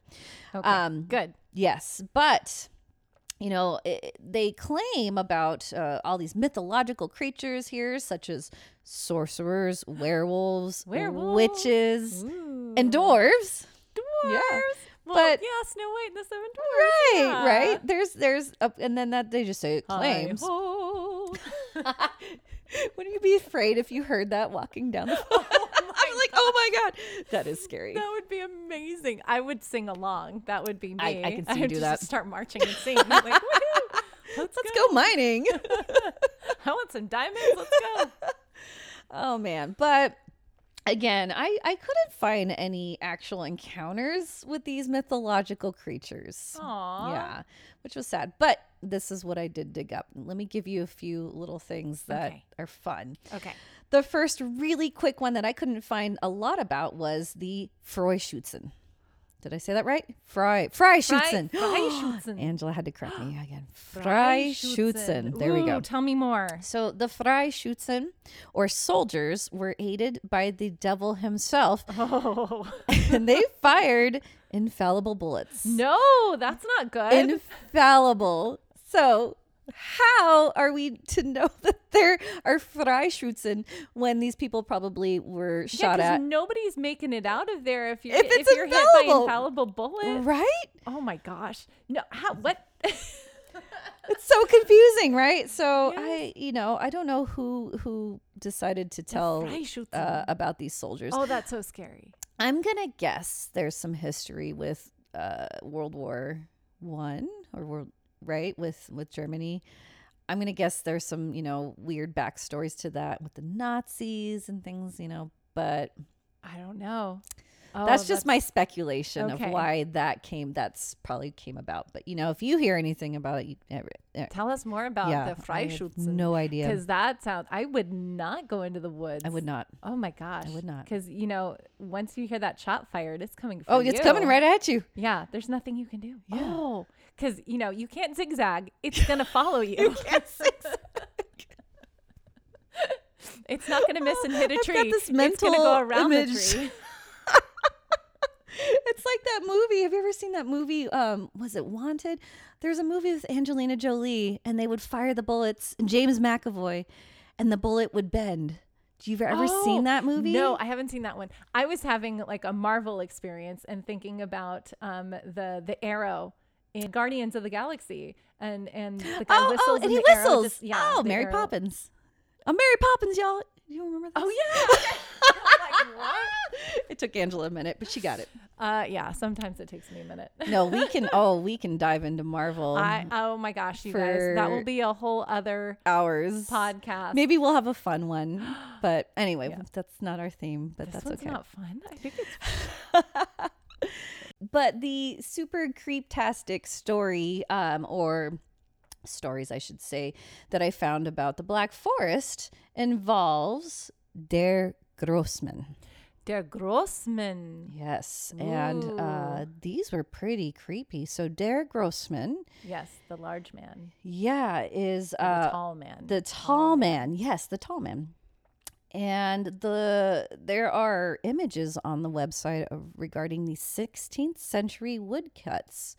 S1: Okay.
S2: um,
S1: Good.
S2: Yes, but you know i they claim about uh, all these mythological creatures here, such as sorcerers, werewolves,
S1: Werewolves.
S2: witches, and
S1: Ooh.
S2: dwarves.
S1: dwarves.
S2: Yeah,
S1: Well,
S2: but-
S1: yeah, Snow White and the Seven
S2: Right,
S1: Dwarves. yeah.
S2: right. There's, there's, a, and then that they just say claims.
S1: Hi-ho.
S2: Wouldn't you be afraid if you heard that walking down the? hall? I was like, oh my god, that is scary.
S1: That would be amazing. I would sing along. That would be me.
S2: I- I can see you
S1: would
S2: do
S1: just
S2: that.
S1: Start marching and sing. I'm like, woohoo. Let's,
S2: Let's go mining.
S1: go. I want some diamonds. Let's go.
S2: Oh man, but again, I I couldn't find any actual encounters with these mythological creatures.
S1: Aw.
S2: Yeah, which was sad. But this is what I did dig up. Let me give you a few little things that
S1: Okay.
S2: are fun.
S1: Okay.
S2: The first really quick one that I couldn't find a lot about was the Freischützen. Did I say that right? Frei Freischützen.
S1: Freischützen.
S2: Angela had to correct me again.
S1: Freischützen.
S2: Freischützen. There we go.
S1: Ooh, Tell me more.
S2: So the Freischützen, or soldiers, were aided by the devil himself,
S1: Oh
S2: and they fired infallible bullets.
S1: no, that's not good.
S2: Infallible. So how are we to know that there are Freischützen when these people probably were
S1: Yeah,
S2: shot
S1: 'cause
S2: at?
S1: nobody's making it out of there if you're
S2: If it's
S1: you're hit by
S2: infallible.
S1: infallible bullet.
S2: Right?
S1: Oh my gosh. No, how? What?
S2: It's so confusing, right? So
S1: Yes.
S2: I, you know, I don't know who who decided to tell
S1: Freischützen.
S2: uh, about these soldiers.
S1: oh, that's so scary.
S2: I'm gonna guess there's some history with uh, World War One or world right with with Germany. I'm gonna guess there's some you know weird backstories to that with the Nazis and things you know, but
S1: I don't know. Oh,
S2: that's just my speculation
S1: Okay.
S2: of why that came. That's probably came about. But you know, if you hear anything about it, you, eh, eh,
S1: Tell us more about
S2: yeah,
S1: the
S2: I have
S1: Freischützen.
S2: no idea.
S1: Because that sounds, I would not go into the woods.
S2: I would not.
S1: Oh my gosh. I
S2: would not.
S1: Because, you know, once you hear that shot fired, it's coming for
S2: Oh, it's coming
S1: you.
S2: right at you.
S1: Yeah, there's nothing you can do. Oh, because, you know, you can't zigzag. It's going to follow you. you can't zigzag. it's not going to miss and hit a
S2: I've got
S1: tree.
S2: this
S1: it's gonna
S2: mental
S1: go around
S2: image.
S1: the tree.
S2: It's like that movie. Have you ever seen that movie? Um, was it Wanted? There's a movie with Angelina Jolie, and they would fire the bullets, and James McAvoy, and the bullet would bend. Do you ever
S1: Oh,
S2: seen that movie?
S1: No, I haven't seen that one. I was having like a Marvel experience and thinking about um, the the arrow in Guardians of the Galaxy and and the guy
S2: oh,
S1: whistles
S2: oh, and he
S1: the arrow
S2: whistles.
S1: just- yeah,
S2: oh,
S1: the
S2: Mary
S1: arrow-
S2: Poppins. Oh, Mary Poppins, y'all. You remember that?
S1: Oh yeah. I'm like, what?
S2: It took Angela a minute, but she got it.
S1: Uh, yeah. Sometimes it takes me a minute.
S2: No, we can. oh, we can dive into Marvel
S1: I oh my gosh, you guys, that will
S2: For-
S1: be a whole other
S2: hours.
S1: podcast.
S2: Maybe we'll have a fun one, but anyway, that's not our theme. But
S1: this
S2: that's
S1: one's
S2: okay.
S1: not fun. I think it's
S2: But the super creeptastic story, um, or stories, I should say, that I found about the Black Forest involves Der Grossman.
S1: Der Grossman.
S2: Yes, and uh, these were pretty creepy. So Der Grossman,
S1: Yes, the large man,
S2: yeah, is
S1: the
S2: uh,
S1: tall man.
S2: the tall man. Yes, the tall man. And the there are images on the website of, regarding the 16th century woodcuts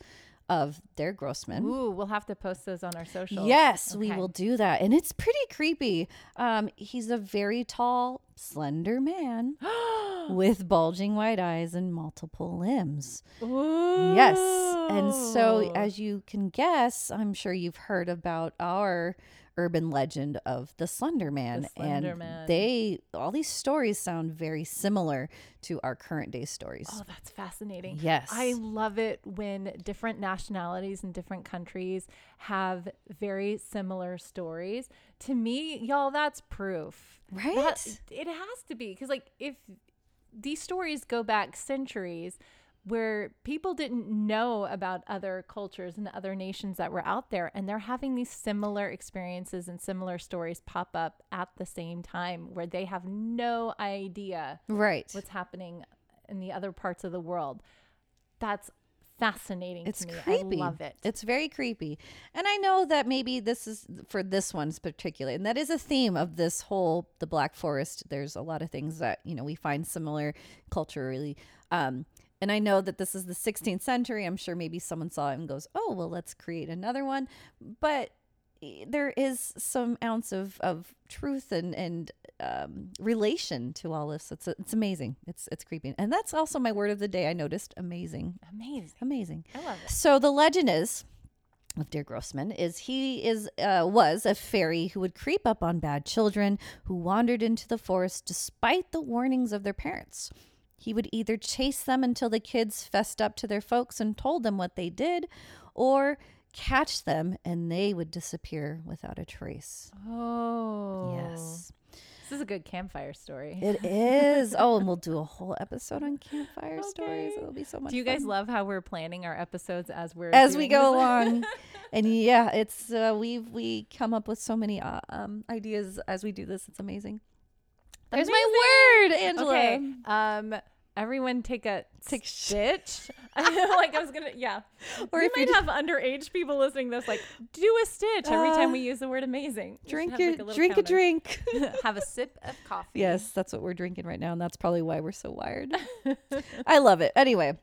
S2: of Der Grossman.
S1: Ooh, we'll have to post those on our social.
S2: Yes, we
S1: Okay.
S2: will do that, and it's pretty creepy. Um, he's a very tall, slender man with bulging white eyes and multiple limbs.
S1: Ooh.
S2: Yes. And so, as you can guess, I'm sure you've heard about our urban legend of the Slender Man.
S1: Slender
S2: and
S1: Man.
S2: they, all these stories sound very similar to our current day stories.
S1: Oh, that's fascinating.
S2: Yes.
S1: I love it when different nationalities and different countries have very similar stories. To me, y'all, that's proof.
S2: right?
S1: That- it has to be. Because, like, if these stories go back centuries where people didn't know about other cultures and other nations that were out there, and they're having these similar experiences and similar stories pop up at the same time where they have no idea
S2: right.
S1: what's happening in the other parts of the world. That's fascinating
S2: It's
S1: to me.
S2: creepy.
S1: I love it.
S2: It's very creepy. And I know that maybe this is for this one's particular, and that is a theme of this whole the Black Forest. There's a lot of things that you know we find similar culturally. Um, and I know that this is the 16th century. I'm sure maybe someone saw it and goes, "Oh, well, let's create another one." But eh, there is some ounce of, of truth and and um, relation to all this. It's it's amazing. It's it's creepy, and that's also my word of the day. I noticed amazing,
S1: Amazing.
S2: amazing.
S1: I love it.
S2: So the legend is of dear Grossman is he is uh, was a fairy who would creep up on bad children who wandered into the forest despite the warnings of their parents. He would either chase them until the kids fessed up to their folks and told them what they did, or catch them and they would disappear without a trace.
S1: Oh.
S2: Yes.
S1: This is a good campfire story.
S2: It is. Oh, and we'll do a whole episode on campfire stories.
S1: Okay.
S2: It'll be so much
S1: Do you guys
S2: fun.
S1: love how we're planning our episodes as we're
S2: as we
S1: doing
S2: go
S1: this?
S2: along and yeah it's uh, we've we come up with so many uh, um, ideas as we do this it's amazing there's my word angela
S1: Okay. Um everyone take a
S2: Take a sh-
S1: stitch. I feel like I was gonna yeah.
S2: Or
S1: Or we
S2: if you
S1: might have
S2: do-
S1: underage people listening to this like, do a stitch every time
S2: Uh,
S1: we use the word amazing. We should
S2: drink
S1: have, like,
S2: it
S1: little
S2: drink a
S1: counter.
S2: drink
S1: have a sip of coffee.
S2: yes that's what we're drinking right now and that's probably why we're so wired i love it anyway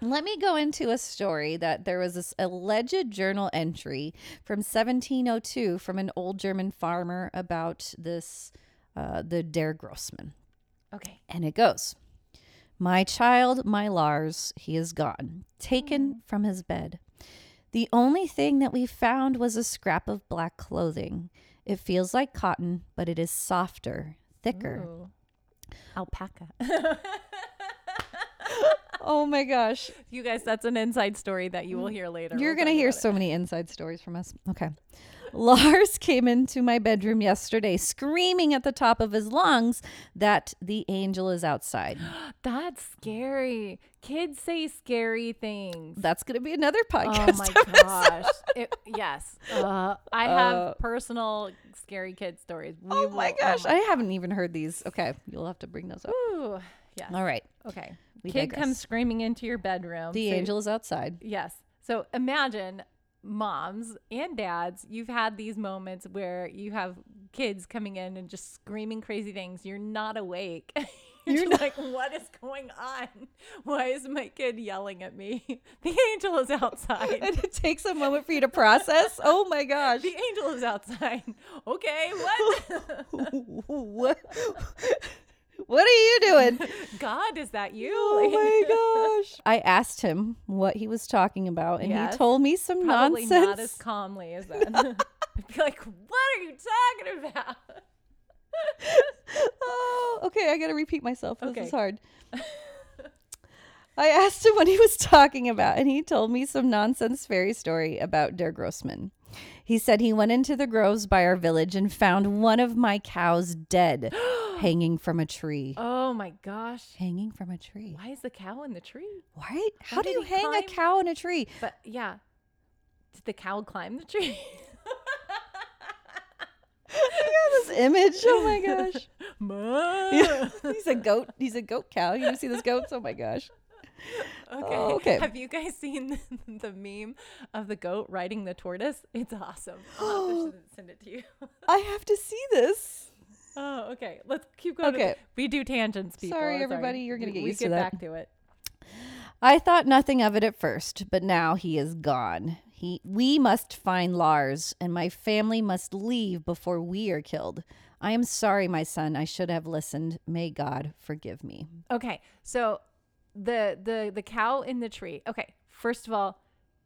S2: let me go into a story that there was this alleged journal entry from 1702 from an old German farmer about this, uh, the Der Grossmann.
S1: Okay.
S2: And it goes My child, my Lars, he is gone, taken from his bed. The only thing that we found was a scrap of black clothing. It feels like cotton, but it is softer, thicker.
S1: Ooh. Alpaca.
S2: Oh my gosh.
S1: You guys, that's an inside story that you will hear later.
S2: You're
S1: We'll
S2: going to
S1: talk
S2: hear
S1: about it.
S2: so many inside stories from us. Okay. Lars came into my bedroom yesterday screaming at the top of his lungs that the angel is outside.
S1: That's scary. Kids say scary things.
S2: That's going to be another
S1: Oh
S2: podcast.
S1: my gosh. It, yes. Uh, I have personal scary kid stories. We
S2: Oh my
S1: will-
S2: gosh. I haven't even heard these. Okay. You'll have to bring those up.
S1: Ooh. Yes.
S2: All right.
S1: Okay.
S2: We
S1: Kid
S2: digress.
S1: comes screaming into your bedroom.
S2: The
S1: So-
S2: angel is outside.
S1: Yes. So imagine moms and dads, you've had these moments where you have kids coming in and just screaming crazy things. You're not awake. You're, just like, what is going on? Why is my kid yelling at me? The angel is outside.
S2: And it takes a moment for you to process. Oh my gosh.
S1: The angel is outside. Okay, what?
S2: what? what are you doing?
S1: God, is that you?
S2: Oh my gosh. I asked him what he was talking about, and
S1: Yes.
S2: he told me some
S1: Probably
S2: nonsense.
S1: not as calmly as that. I'd be like, what are you talking about?
S2: oh, okay. I got to repeat myself. This
S1: Okay.
S2: is hard. I asked him what he was talking about, and he told me some nonsense fairy story about Der Grossman. He said he went into the groves by our village and found one of my cows dead, hanging from a tree.
S1: Oh my gosh.
S2: Hanging from a tree.
S1: Why is the cow in the tree?
S2: Right? How do
S1: did
S2: you
S1: he
S2: hang
S1: climb?
S2: a cow in a tree?
S1: But yeah, did the cow climb the tree?
S2: This image. Oh my gosh.
S1: Mom.
S2: he's a goat. He's a goat cow. You ever see those goats? Oh my gosh.
S1: Okay.
S2: Oh, okay.
S1: Have you guys seen the, the meme of the goat riding the tortoise? It's awesome. I'll have to send it to you.
S2: I have to see this.
S1: Oh, okay. Let's keep going. with
S2: Okay.
S1: it. We do tangents, people.
S2: Sorry,
S1: I'm
S2: everybody. You're gonna
S1: We-
S2: get
S1: we
S2: used
S1: get
S2: to that.
S1: back to it.
S2: I thought nothing of it at first, but now he is gone. He we must find Lars and my family must leave before we are killed. I am sorry, my son. I should have listened. May God forgive me.
S1: Okay. So the the the cow in the tree. Okay. First of all,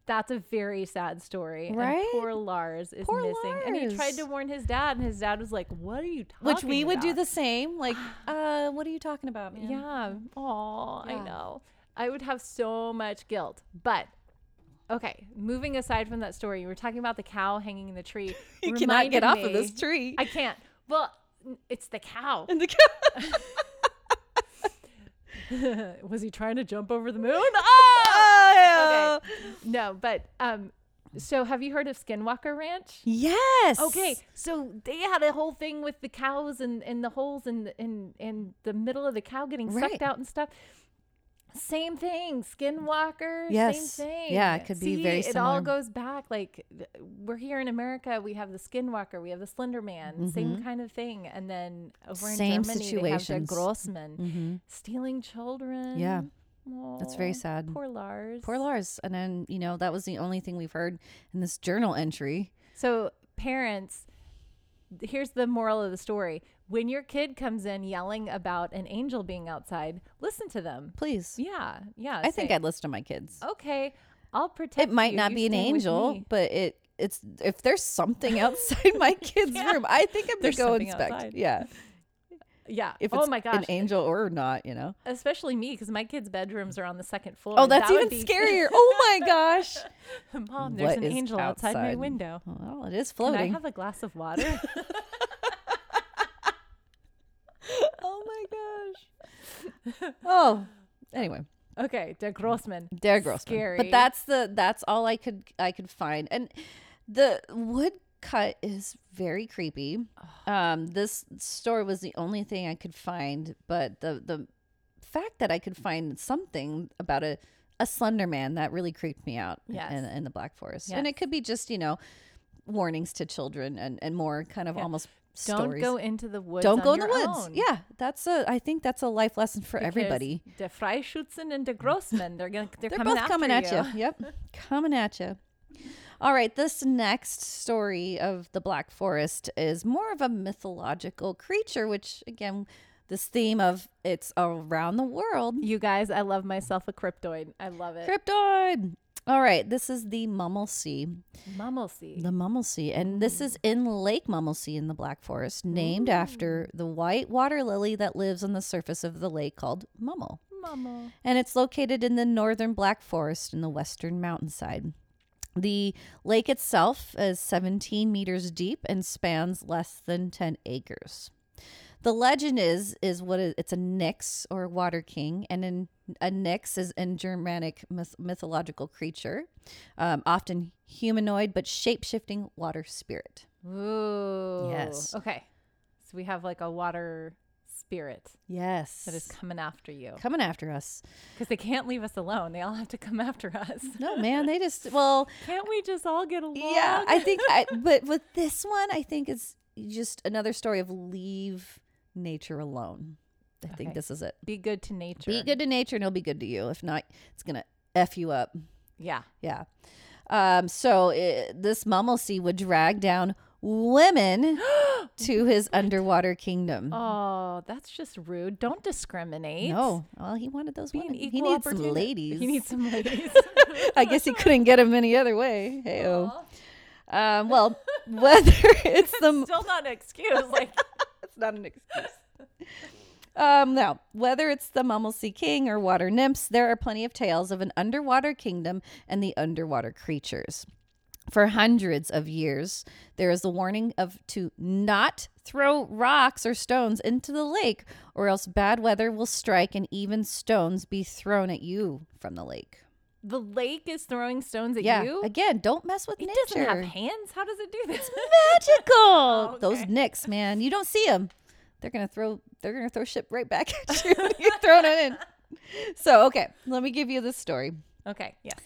S1: that's a very sad story. and
S2: Right?
S1: poor Lars is
S2: Poor
S1: missing. And he tried
S2: Lars.
S1: to warn his dad, and his dad was like, What are you talking
S2: Which we would do
S1: about?"
S2: the same. Like, uh, what are you talking about, man?
S1: Yeah. Oh, I
S2: Yeah.
S1: know. I would have so much guilt. But okay, moving aside from that story, you were talking about the cow hanging in the tree.
S2: You cannot
S1: Reminded
S2: get off of this
S1: me-
S2: tree.
S1: I can't. Well, n- it's the cow.
S2: and the cow.
S1: Was he trying to jump over the moon? Oh!
S2: Oh!
S1: No, but um so have you heard of Skinwalker Ranch?
S2: Yes.
S1: Okay, so they had a whole thing with the cows and, and the holes and, and and the middle of the cow getting sucked
S2: Right.
S1: out and stuff. Same thing, skinwalker.
S2: Yes.
S1: Same thing.
S2: Yeah, it could be very
S1: See, It all
S2: similar.
S1: goes back. Like th- we're here in America, we have the skinwalker, we have the slender man, same kind of thing. And then over in
S2: Mm-hmm. Same
S1: Germany, they have
S2: situations.
S1: the
S2: Mm-hmm.
S1: Grossman stealing children.
S2: Yeah.
S1: That's
S2: very sad.
S1: Poor Lars.
S2: Poor Lars. And then, you know, that was the only thing we've heard in this journal entry.
S1: So, parents, here's the moral of the story. When your kid comes in yelling about an angel being outside, listen to them.
S2: Please.
S1: Yeah. Yeah.
S2: I think
S1: say,
S2: I'd listen to my kids.
S1: okay, I'll protect
S2: It might
S1: Oh, you.
S2: not
S1: You
S2: be an
S1: stay with
S2: angel,
S1: me."
S2: but it it's if there's something outside my kid's room, I think I'm
S1: There's
S2: gonna go
S1: something
S2: inspect.
S1: outside.
S2: Yeah.
S1: Yeah.
S2: If it's
S1: oh my gosh.
S2: an angel or not, you know.
S1: Especially me, because my kids' bedrooms are on the second floor.
S2: Oh, that's
S1: That would
S2: even
S1: be-
S2: scarier. Oh my gosh.
S1: Mom, there's
S2: What
S1: an
S2: is
S1: angel outside, my
S2: outside?
S1: window.
S2: Well, it is
S1: Can I
S2: floating.
S1: have a glass of water?
S2: oh my gosh. oh. Anyway.
S1: okay, Der Grossman.
S2: Derek Grossman.
S1: Scary.
S2: But that's the that's all I could I could find. And the wood cut is very creepy. Um this story was the only thing I could find, but the the fact that I could find something about a a slender man that really creeped me out
S1: Yes.
S2: in, in the black forest. And
S1: Yes.
S2: it could be just, you know, warnings to children and, and more kind of almost
S1: Don't
S2: stories.
S1: go into the woods.
S2: Don't
S1: on
S2: go in the
S1: your
S2: woods.
S1: own.
S2: Yeah. That's a I think that's a life lesson for
S1: Because
S2: everybody.
S1: De Freischützen and De Grossman. They're gonna they're,
S2: They're
S1: coming
S2: both
S1: after
S2: coming at
S1: you.
S2: you. Yep. coming at you. All right, this next story of the Black Forest is more of a mythological creature, which again, this theme of it's around the world.
S1: You guys, I love myself a cryptoid. I love it.
S2: Cryptid. All right, this is the Mummelsee.
S1: Mummalsea.
S2: The Mummelsee. And this is in Lake Mummelsee in the Black Forest, named after the white water lily that lives on the surface of the lake called Mummel.
S1: Mama.
S2: and it's located in the northern Black Forest in the western mountainside. The lake itself is 17 meters deep and spans less than 10 acres. The legend is is what it- it's a Nyx or a water king, and in, a Nyx is a Germanic myth, mythological creature, um, often humanoid but shape shifting water spirit.
S1: Ooh.
S2: Yes.
S1: Okay. So we have like a water spirit
S2: Yes,
S1: that is coming after you
S2: coming after us.
S1: because they can't leave us alone. They all have to come after us.
S2: No man, they just well.
S1: Can't we just all get along?
S2: Yeah, I think I but with this one I think it's just another story of leave nature alone. I
S1: Okay.
S2: think this is it.
S1: Be good to nature.
S2: Be good to nature and it'll be good to you. If not, it's going to F you up.
S1: Yeah.
S2: Yeah. Um so i this Mummelsy would drag down women to his underwater kingdom.
S1: Oh, that's just rude. Don't discriminate.
S2: No. Well, he wanted those
S1: Be an
S2: women.
S1: equal
S2: He needs some
S1: opportuni-
S2: ladies.
S1: He needs some ladies.
S2: I guess he couldn't get him any other way. Hey, oh. Um, well, whether it's the
S1: Still not an excuse. Like,
S2: It's not an excuse. Um, now, whether it's the Mummelsy King or water nymphs, there are plenty of tales of an underwater kingdom and the underwater creatures. For hundreds of years, there is the warning of to not throw rocks or stones into the lake, or else bad weather will strike and even stones be thrown at you from the lake.
S1: the lake is throwing stones at
S2: yeah,
S1: you.
S2: again, don't mess with
S1: It
S2: nature.
S1: doesn't have hands. How does it do this?
S2: Magical. Those
S1: Oh, okay.
S2: nicks, man, you don't see them. They're gonna throw. They're gonna throw shit right back at you. when You're thrown it in. So okay, let me give you this story.
S1: okay. Yes.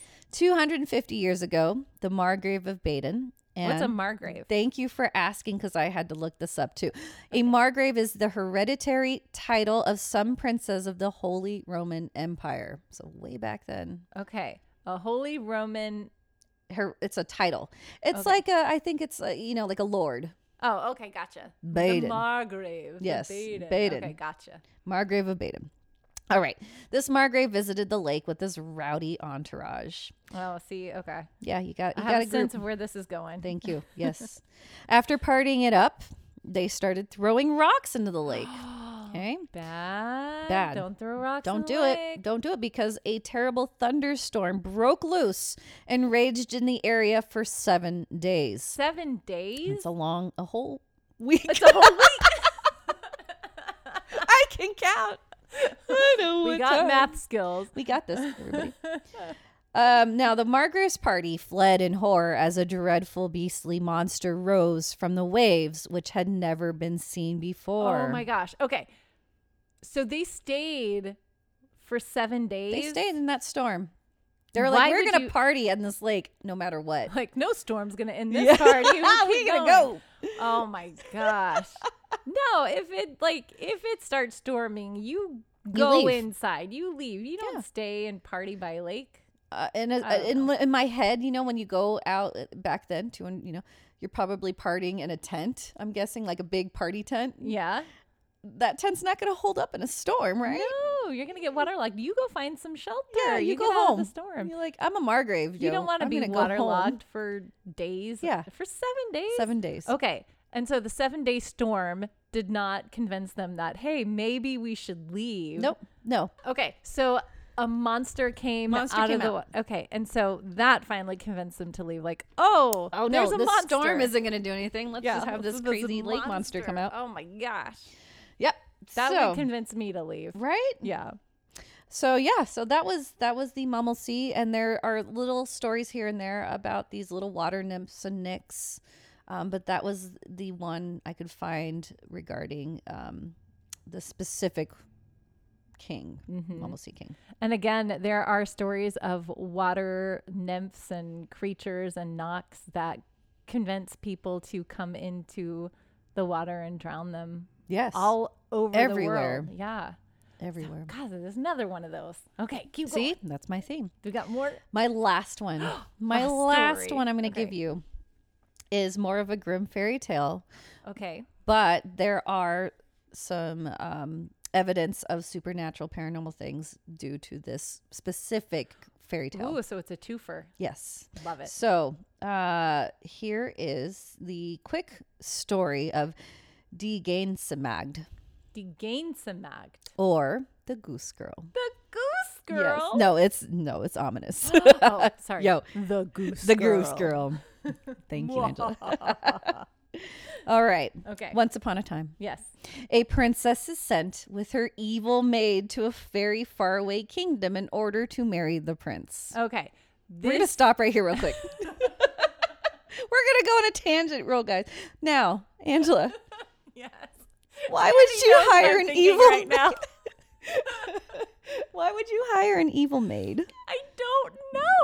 S2: 250 years ago, the Margrave of Baden. And
S1: What's a margrave?
S2: Thank you for asking because I had to look this up too. A margrave is the hereditary title of some princess of the Holy Roman Empire. So way back then,
S1: Okay. A Holy Roman.
S2: her it's a title. It's
S1: Okay.
S2: like a I think it's a, you know like a lord.
S1: Oh, okay. Gotcha. The
S2: Baden.
S1: Margrave. the
S2: Yes,
S1: Baden.
S2: Baden.
S1: Okay. Gotcha.
S2: Margrave of Baden. All right. This Margrave visited the lake with this rowdy entourage.
S1: Oh, see. Okay.
S2: Yeah, you got you
S1: I
S2: got
S1: have
S2: a
S1: a sense
S2: group.
S1: of where this is going.
S2: Thank you. Yes. After partying it up, they started throwing rocks into the lake. Okay.
S1: Bad.
S2: Bad.
S1: Don't throw rocks. in
S2: Don't
S1: the
S2: do
S1: lake.
S2: it. Don't do it because a terrible thunderstorm broke loose and raged in the area for seven days.
S1: Seven days.
S2: It's a long, a whole week.
S1: It's a whole week.
S2: I can count. I know
S1: we
S2: what
S1: got
S2: time.
S1: math skills.
S2: We got this, everybody. um, now, the Margrave's party fled in horror as a dreadful beastly monster rose from the waves, which had never been seen before.
S1: Oh my gosh. Okay. So they stayed for seven days.
S2: They stayed in that storm. They were
S1: Why
S2: like, we're
S1: would
S2: going to
S1: you-
S2: party in this lake no matter what.
S1: Like no storm's gonna end this
S2: Yeah.
S1: party. We'll
S2: we
S1: keep
S2: going to
S1: going.
S2: go.
S1: Oh my gosh. no, if it like if it starts storming, you go
S2: leave.
S1: inside. You leave. You don't
S2: Yeah.
S1: stay and party by lake.
S2: Uh, and uh,
S1: I don't
S2: in, in my head, you know, when you go out uh, back then to, an- you know, you're probably partying in a tent, I'm guessing, like a big party tent.
S1: Yeah.
S2: That tent's not going to hold up in a storm, right?
S1: No, you're gonna get waterlogged. You go find some shelter.
S2: Yeah, you, go
S1: get
S2: home.
S1: Out of the storm.
S2: You're like, I'm a Margrave.
S1: You
S2: yo.
S1: don't want to
S2: I'm
S1: be
S2: gonna go home."
S1: waterlogged for days.
S2: Yeah.
S1: For seven days.
S2: Seven days.
S1: Okay. And so the seven day storm did not convince them that, hey, maybe we should leave.
S2: Nope. No.
S1: Okay. So a monster came
S3: Monster
S1: out
S3: came
S1: of the
S3: out.
S1: wa- okay, and so that finally convinced them to leave. Like, oh, there's a
S2: the
S1: monster.
S2: storm isn't going to do anything. Let's just have
S1: this
S2: this
S1: is
S2: crazy lake monster come out.
S1: Oh my gosh,
S2: Yep.
S1: that
S2: so,
S1: would convince me to leave.
S2: right?
S1: Yeah.
S2: So yeah, so that was that was the Mummelsee, and there are little stories here and there about these little water nymphs and nymphs, um, but that was the one I could find regarding um, the specific king, Mummelsee king.
S1: And again, there are stories of water nymphs and creatures and knocks that convince people to come into the water and drown them
S2: Yes,
S1: all over
S2: Everywhere.
S1: the world. Yeah.
S2: everywhere.
S1: God, there's another one of those. Okay, keep
S2: See,
S1: going.
S2: that's my theme.
S1: We got more.
S2: My last one. My
S1: A
S2: last
S1: story.
S2: one I'm going to give
S1: Okay.
S2: you is more of a grim fairy tale,
S1: Okay.
S2: but there are some um, evidence of supernatural paranormal things due to this specific fairy tale.
S1: Ooh, so it's a twofer.
S2: Yes.
S1: Love it.
S2: So uh, here is the quick story of Die Gainsamagd
S1: Die Gainsamagd.
S2: or the Goose Girl.
S1: The goose
S2: Yes.
S1: girl.
S2: No, it's no, it's ominous.
S1: Oh, sorry.
S2: Yo,
S1: the goose.
S2: the Goose Girl. Thank you, Angela. All right.
S1: Okay.
S2: Once upon a time,
S1: Yes.
S2: a princess is sent with her evil maid to a very faraway kingdom in order to marry the prince.
S1: Okay.
S2: We're gonna
S1: Uh, This
S2: stop right here, real quick. We're gonna go on a tangent, real guys. Now, Angela,
S1: yes.
S2: why would you
S1: I'm
S2: hire an
S1: thinking
S2: evil?
S1: right now.
S2: Why would you hire an evil maid?
S1: I don't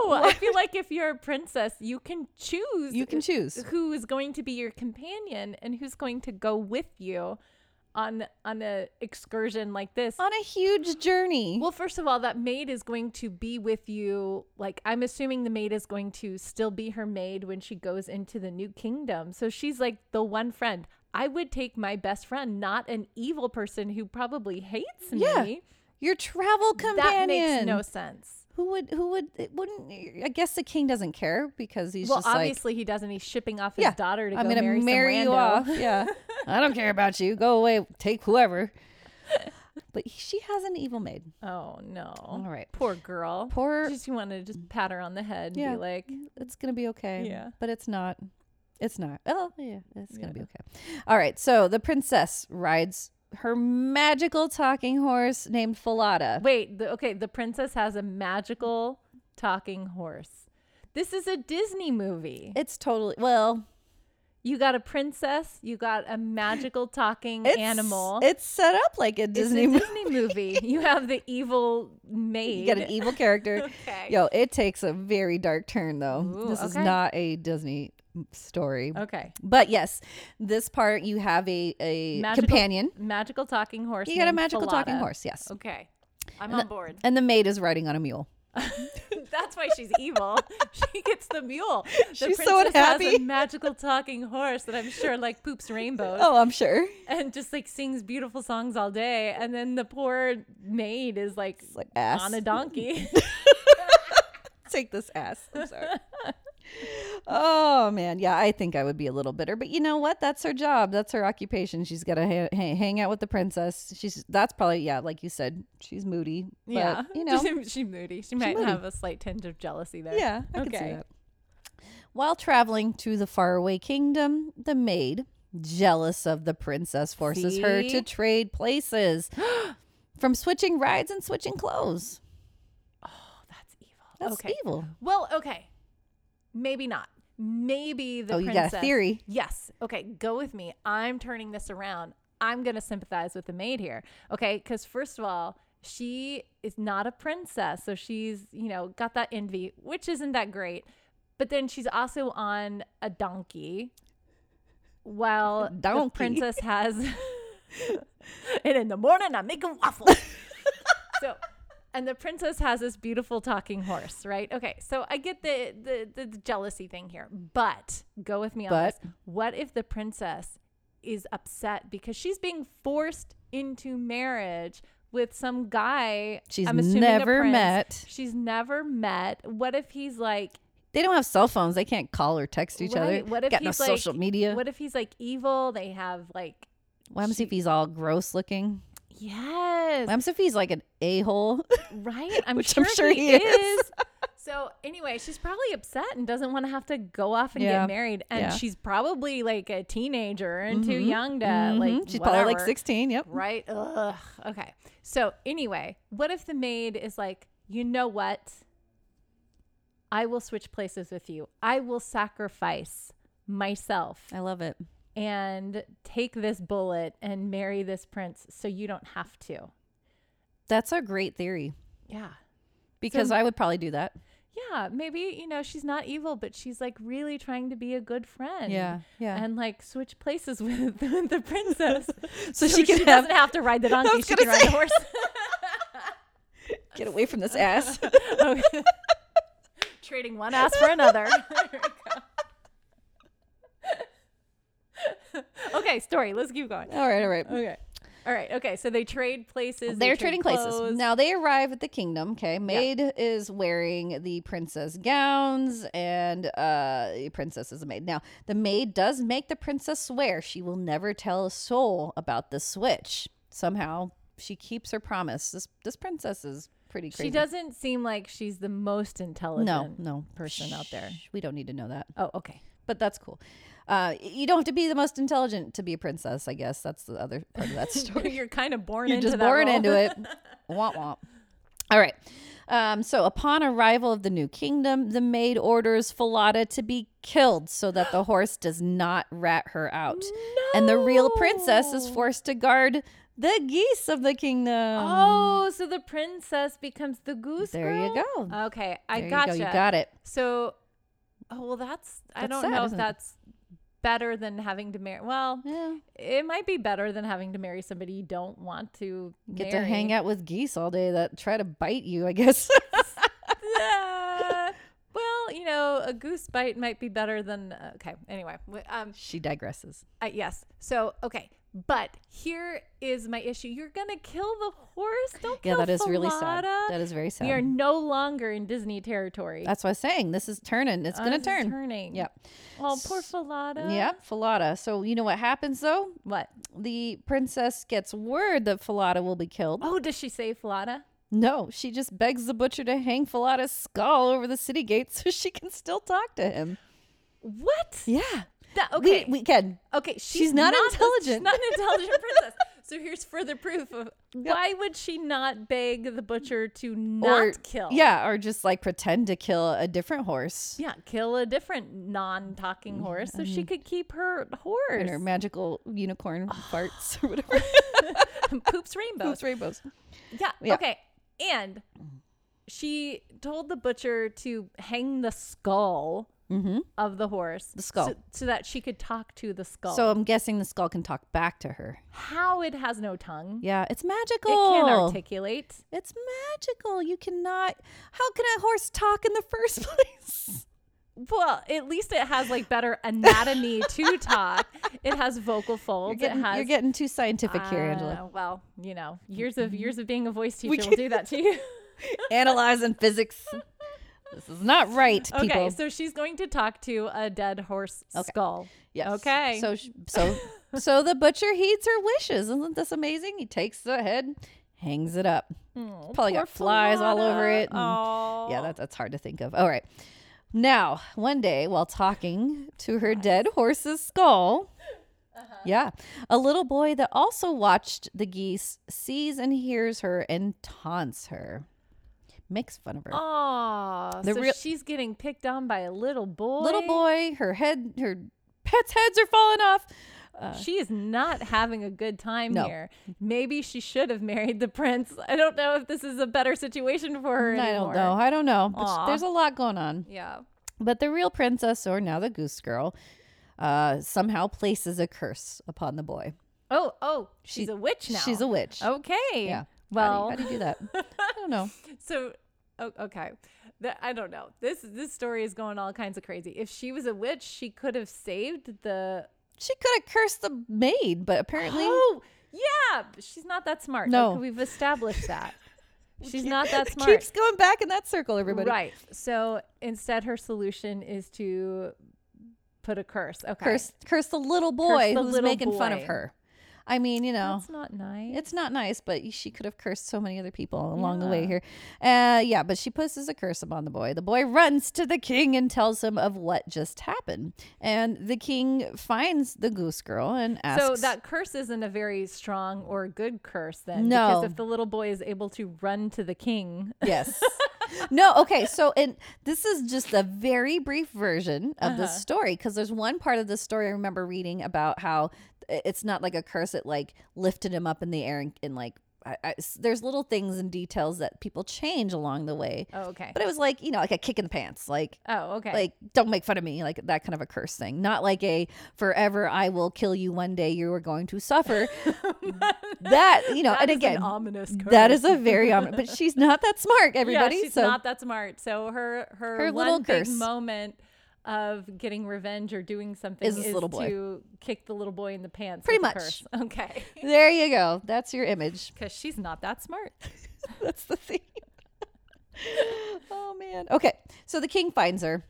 S1: know. I feel like if you're a princess, you can choose.
S2: You can choose.
S1: who is going to be your companion and who's going to go with you on on a excursion like this.
S2: on a huge journey.
S1: Well, first of all, that maid is going to be with you. Like, I'm assuming the maid is going to still be her maid when she goes into the new kingdom. So she's like the one friend. I would take my best friend, not an evil person who probably hates
S2: Yeah,
S1: me.
S2: your travel
S1: That
S2: companion.
S1: makes no sense.
S2: Who would? Who would? It wouldn't. I guess the king doesn't care because he's
S1: well,
S2: just like,
S1: obviously he doesn't. He's shipping off his
S2: yeah,
S1: daughter to
S2: I'm
S1: go
S2: gonna
S1: marry, some rando.
S2: you off. Yeah, I don't care about you. Go away. Take whoever. But he- she has an evil maid.
S1: Oh no! All
S2: right.
S1: poor girl.
S2: Poor-
S1: Just you want to just pat her on the head.
S2: Yeah.
S1: And be like,
S2: It's gonna be okay.
S1: Yeah.
S2: but it's not. It's not. Oh yeah, it's gonna be okay. All right. So the princess rides her magical talking horse named Falada.
S1: Wait, the, okay, the princess has a magical talking horse. This is a Disney movie.
S2: It's totally well.
S1: You got a princess, you got a magical talking
S2: It's,
S1: animal.
S2: It's set up like a
S1: It's
S2: Disney
S1: a
S2: movie.
S1: Disney movie. You have the evil maid.
S2: You get an evil character.
S1: Okay.
S2: Yo, it takes a very dark turn though.
S1: Ooh,
S2: this is
S1: okay.
S2: not a Disney story.
S1: okay.
S2: But yes, this part you have a, a
S1: Magical-
S2: companion.
S1: Magical talking horse.
S2: You got a
S1: named
S2: magical talking
S1: Falada.
S2: horse, yes.
S1: Okay. I'm on board.
S2: And the maid is riding on a mule.
S1: That's why she's evil. she gets the mule. The
S2: She's so
S1: princess has
S2: unhappy.
S1: a magical talking horse that I'm sure like poops rainbows.
S2: Oh, I'm sure.
S1: and just like sings beautiful songs all day and then the poor maid is like,
S2: It's like ass.
S1: on a donkey
S2: Take this ass. I'm sorry. oh man, yeah, I think I would be a little bitter, but you know what? That's her job. That's her occupation. She's got to ha- ha- hang out with the princess. She's that's probably yeah, like you said, she's moody. But,
S1: yeah
S2: you know,
S1: she moody she might
S2: moody.
S1: have a slight tinge of jealousy there
S2: Yeah, I
S1: okay
S2: can see that. While traveling to the faraway kingdom, the maid, jealous of the princess, forces her to
S1: See?
S2: trade places from switching rides and switching clothes.
S1: Oh, that's evil
S2: That's e-
S1: okay
S2: evil.
S1: well okay maybe not maybe the
S2: Oh, you got a
S1: princess
S2: theory.
S1: yes okay go with me i'm turning this around i'm gonna sympathize with the maid here okay because first of all she is not a princess so she's you know got that envy which isn't that great but then she's also on a donkey while
S2: Donkey.
S1: the princess has and in the morning i'm making waffles so and the princess has this beautiful talking horse right okay so i get the the, the, jealousy thing here but go with me on
S2: But-
S1: this what if the princess is upset because she's being forced into marriage with some guy
S2: She's
S1: I'm assuming a
S2: never
S1: prince.
S2: met.
S1: she's never met what if he's like
S2: They don't have cell phones. They can't call or text each
S1: right,
S2: other.
S1: what if
S2: got no
S1: he's like
S2: social media?
S1: what if he's like evil they have like
S2: Wham's if he's all gross looking?
S1: yes
S2: Wham's if he's like an a hole?
S1: Right? I'm,
S2: Which
S1: sure,
S2: I'm sure
S1: he,
S2: he
S1: is.
S2: is.
S1: so anyway, she's probably upset and doesn't want to have to go off and
S2: Yeah.
S1: get married. And
S2: Yeah. Mm-hmm.
S1: she's probably like a teenager and too young to like.
S2: She's probably like
S1: whatever.
S2: 16. Yep.
S1: Right? Ugh. Okay. So anyway, what if the maid is like, you know what? I will switch places with you. I will sacrifice myself
S2: I love it.
S1: and take this bullet and marry this prince so you don't have to.
S2: That's a great theory
S1: Yeah.
S2: because I would probably do that.
S1: yeah, maybe, you know, she's not evil, but she's like really trying to be a good friend.
S2: Yeah, yeah.
S1: And like switch places with the, the princess.
S2: So she can have-
S1: doesn't have to ride the donkey,
S2: was
S1: she can
S2: gonna
S1: ride the horse.
S2: Get away from this ass.
S1: Okay. Trading one ass for another. There we go. okay, story. Let's keep going.
S2: all right, all right.
S1: Okay. All right. Okay. So they trade places. they
S2: They're
S1: trade
S2: trading places.
S1: clothes.
S2: Now they arrive at the kingdom. Okay. Maid is wearing the princess gowns, and uh, the princess is a maid. Now, the maid does make the princess swear she will never tell a soul about the switch. Somehow, she keeps her promise. This, this princess is pretty crazy.
S1: She doesn't seem like she's the most
S2: No,
S1: intelligent.
S2: no
S1: person out there.
S2: Shh, We don't need to know that.
S1: Oh, okay.
S2: But that's cool. Uh, y- you don't have to be the most intelligent to be a princess, I guess. That's the other part of that story.
S1: You're kind of born
S2: You're
S1: into
S2: just
S1: that
S2: born
S1: role.
S2: into it. womp womp. All right. Um, so upon arrival of the new kingdom, the maid orders Falada to be killed so that the horse does not rat her out. And the real princess is
S1: No.
S2: forced to guard the geese of the kingdom.
S1: Oh, so the princess becomes the goose.
S2: Um, there you
S1: girl?
S2: go.
S1: Okay, I
S2: there you
S1: gotcha.
S2: go. You got it.
S1: So, oh well, that's, I
S2: That's
S1: don't
S2: sad,
S1: know if
S2: isn't it?
S1: that's better than having to marry. Well,
S2: Yeah.
S1: it might be better than having to marry somebody you don't want to
S2: Get
S1: marry.
S2: to hang out with geese all day that try to bite you, I guess.
S1: Uh, well, you know, a goose bite might be better than uh, okay. Anyway, w- um,
S2: she digresses.
S1: uh, yes. So okay, but here is my issue. You're gonna kill the horse. Don't
S2: Yeah,
S1: kill
S2: that is really sad.
S1: Falada.
S2: That is very sad.
S1: we are no longer in Disney territory.
S2: That's what I was saying. This is turning. It's going to
S1: Ours is
S2: turn.
S1: Turning.
S2: Yep.
S1: Oh, poor Falada.
S2: Yep. Falada. So, you know what happens though?
S1: What?
S2: The princess gets word that Falada will be killed.
S1: Oh, does she say Falada?
S2: No, she just begs the butcher to hang Falada's skull over the city gate so she can still talk to him.
S1: What?
S2: Yeah.
S1: That-
S2: We-
S1: okay.
S2: We, can.
S1: Okay, she's,
S2: not
S1: a-
S2: intelligent.
S1: She's not an intelligent princess. So here's further proof of why would she not beg the butcher to not
S2: Or-
S1: kill?
S2: Yeah, or just like pretend to kill a different horse.
S1: Yeah, kill a different non-talking horse so she could keep her
S2: And
S1: horse.
S2: Mm, her magical unicorn farts or whatever.
S1: Poops rainbows.
S2: Those rainbows.
S1: Yeah,
S2: Yeah.
S1: Okay. And she told the butcher to hang the skull of the horse, the
S2: Mm-hmm. skull.
S1: so, so that she could talk to the skull.
S2: So I'm guessing the skull can talk back to her.
S1: how it has no tongue,
S2: Yeah, it's magical.
S1: it can't articulate.
S2: It's magical. You cannot. How can a horse talk in the first place?
S1: Well, at least it has like better anatomy to talk. It has vocal
S2: You're
S1: folds.
S2: getting,
S1: it has.
S2: you're getting too scientific here, Angela. Mm-hmm.
S1: Uh, Well, you know, years of years of being a voice
S2: We
S1: teacher will do that to you.
S2: Analyzing physics. This is not right, people.
S1: okay, so she's going to talk to a dead horse skull.
S2: Yes.
S1: Okay.
S2: So sh- so so the butcher heeds her wishes. Isn't this amazing? He takes the head, hangs it up. Probably got flies all over it. and-
S1: Oh.
S2: Yeah, that, that's hard to think of. All right. Now, one day while talking to her dead horse's skull, yeah, a little boy that also watched the geese sees and hears her and taunts her, makes fun of her.
S1: Aw,
S2: The
S1: so
S2: real-
S1: she's getting picked on by a little boy.
S2: Little boy, her head, her pet's heads are falling off.
S1: She is not having a good time
S2: No.
S1: here. Maybe she should have married the prince. I don't know if this is a better situation for her.
S2: I don't
S1: anymore.
S2: know. I don't know. But
S1: Aw.
S2: sh- there's a lot going on.
S1: Yeah.
S2: But the real princess, or now the goose girl, uh, somehow places a curse upon the boy.
S1: Oh, oh, she's
S2: She-
S1: a witch now.
S2: She's a witch.
S1: Okay.
S2: Yeah.
S1: Well,
S2: how do, you- how do you do that? I don't know.
S1: so o- okay. The, I don't know. This this story is going all kinds of crazy. If she was a witch, she could have saved the
S2: She could have cursed the maid, but apparently
S1: Oh, yeah. but She's not that smart.
S2: No.
S1: Okay, we've established that. She's not that
S2: It
S1: smart.
S2: keeps going back in that circle. Everybody
S1: Right. So instead her solution is to put a curse. Okay.
S2: curse curse the little boy
S1: the
S2: who's
S1: little
S2: making fun of
S1: boy.
S2: her. I mean, you know,
S1: That's not nice.
S2: it's not nice, but she could have cursed so many other people along the way here. Uh, yeah, but she places a curse upon the boy. The boy runs to the king and tells him of what just happened, and the king finds the goose girl and asks.
S1: So that curse isn't a very strong or good curse then.
S2: No.
S1: Because if the little boy is able to run to the king,
S2: Yes. no, okay. So, and this is just a very brief version of this
S1: Uh-huh.
S2: story because there's one part of this story I remember reading about how i- it's not like a curse, it like lifted him up in the air and, and like, I, I- s- there's little things and details that people change along the way.
S1: oh, okay.
S2: But it was like, you know, like a kick in the pants, like,
S1: Oh, okay.
S2: like don't make fun of me, like that kind of a curse thing. Not like a forever I will kill you one day, you are going to suffer. that, you know,
S1: That
S2: and
S1: is
S2: again,
S1: an ominous curse.
S2: that is a very ominous, but she's not that smart, everybody.
S1: Yeah, she's
S2: so
S1: not that smart. So her her,
S2: Her
S1: one
S2: little
S1: big
S2: curse.
S1: moment of getting revenge or doing something
S2: Is this little boy.
S1: to kick the little boy in the pants.
S2: Pretty
S1: with a
S2: much.
S1: curse. Okay.
S2: there you go. That's your image.
S1: Because she's not that smart.
S2: That's the theme. oh man. Okay. So the king finds her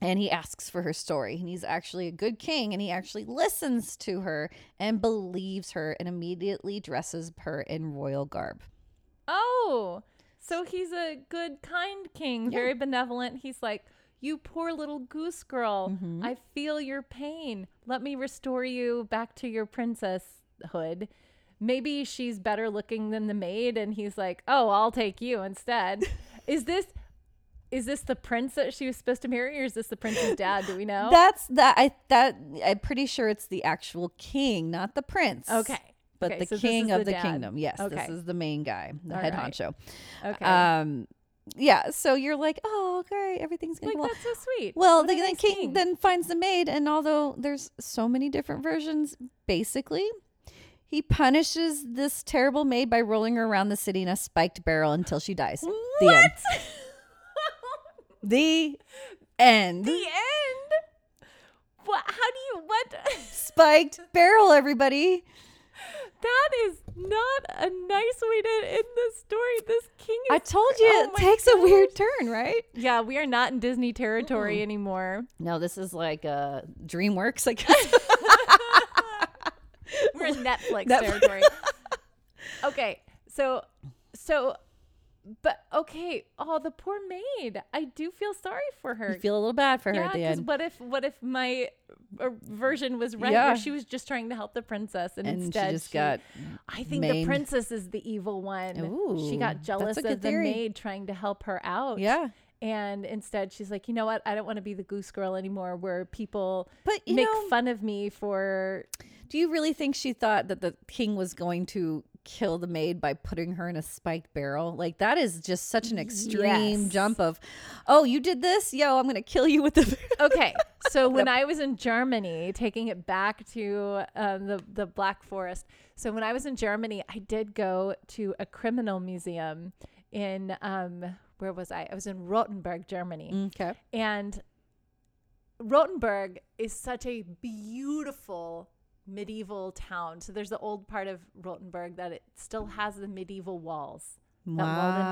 S2: and he asks for her story. And he's actually a good king and he actually listens to her and believes her and immediately dresses her in royal garb.
S1: Oh, So he's a good, kind king, very benevolent. He's like, You poor little goose girl,
S2: Mm-hmm.
S1: I feel your pain. Let me restore you back to your princesshood. Maybe she's better looking than the maid. And he's like, Oh, I'll take you instead. is this. Is this the prince that she was supposed to marry, or is this the prince's dad? Do we know?
S2: That's that. I that I'm pretty sure it's the actual king, not the prince.
S1: okay,
S2: but
S1: Okay,
S2: the
S1: so this
S2: king
S1: is
S2: of the,
S1: dad.
S2: kingdom. Yes,
S1: Okay.
S2: this is the main guy, the
S1: All
S2: head
S1: right.
S2: honcho.
S1: Okay,
S2: Um, yeah. So you're like, oh, great, everything's gonna
S1: like
S2: go well.
S1: that's so sweet.
S2: Well,
S1: What a
S2: the, the
S1: nice
S2: king, then finds the maid, and although there's so many different versions, basically, he punishes this terrible maid by rolling her around the city in a spiked barrel until she dies. The end. The end.
S1: the end. What? How do you? What?
S2: spiked barrel, everybody.
S1: that is not a nice way to end this story. This king. Is,
S2: I told you
S1: oh
S2: it
S1: my
S2: takes a weird turn, right?
S1: yeah, we are not in Disney territory anymore.
S2: No, this is like uh, DreamWorks, I guess.
S1: We're in Netflix
S2: Netflix.
S1: territory. okay, so, so, but okay. Oh, the poor maid. I do feel sorry for her.
S2: I feel a little bad for her
S1: yeah,
S2: at the
S1: because
S2: end.
S1: what if what if my uh, version was right
S2: Yeah.
S1: where she was just trying to help the princess and,
S2: And she
S1: instead
S2: just got
S1: I think the
S2: maimed.
S1: princess is the evil one. she
S2: Ooh,
S1: got
S2: that's
S1: jealous
S2: a
S1: of the
S2: good theory.
S1: maid trying to help her out.
S2: Yeah.
S1: And instead she's like, you know what? I don't want to be the goose girl anymore where people
S2: But, you
S1: make
S2: know-
S1: fun of me for
S2: Do you really think she thought that the king was going to kill the maid by putting her in a spiked barrel? Like that is just such an extreme
S1: Yes.
S2: jump of, oh, you did this, yo, I'm gonna kill you with the.
S1: Okay. So when I was in Germany, taking it back to um, the the Black Forest. So when I was in Germany, I did go to a criminal museum in um, where was I? I was in Rottenburg, Germany,
S2: okay.
S1: and Rottenburg is such a beautiful medieval town. So there's the old part of Rottenburg that it still has the medieval walls that walled in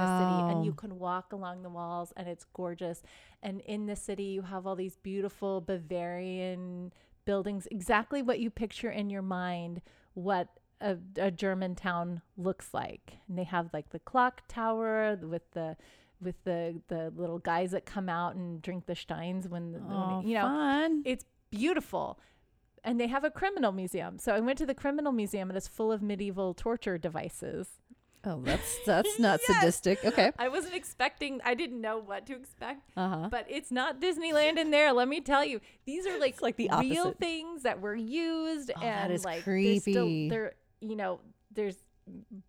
S1: the city and you can walk along the walls and it's gorgeous and in the city you have all these beautiful bavarian buildings exactly what you picture in your mind what a, a german town looks like and they have like the clock tower with the with the the little guys that come out and drink the steins when, the,
S2: Oh,
S1: when you know
S2: fun.
S1: it's beautiful. And they have a criminal museum. So I went to the criminal museum and it's full of medieval torture devices.
S2: Oh, that's that's not sadistic. Okay.
S1: I wasn't expecting, I didn't know what to expect,
S2: Uh huh.
S1: but it's not Disneyland in there. Let me tell you, these are like,
S2: like the
S1: real
S2: opposite. Oh,
S1: things that were used. and
S2: that is
S1: like, they Still,
S2: creepy.
S1: they're, you know, there's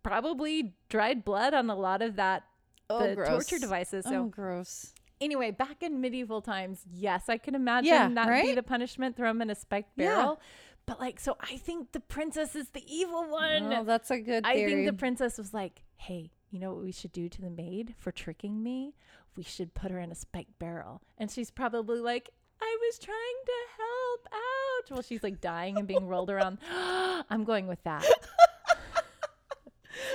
S1: probably dried blood on a lot of that,
S2: Oh,
S1: the torture
S2: gross.
S1: devices. So
S2: Oh, gross.
S1: anyway, back in medieval times, yes, I can imagine
S2: Yeah,
S1: that would be
S2: right?
S1: the punishment, throw him in a spiked
S2: Yeah.
S1: barrel. But like, so I think the princess is the evil one.
S2: Oh, that's a good.
S1: I
S2: Theory.
S1: think the princess was like, hey, you know what we should do to the maid for tricking me? We should put her in a spiked barrel. And she's probably like, I was trying to help out. Well, she's like dying and being rolled around. I'm going with that.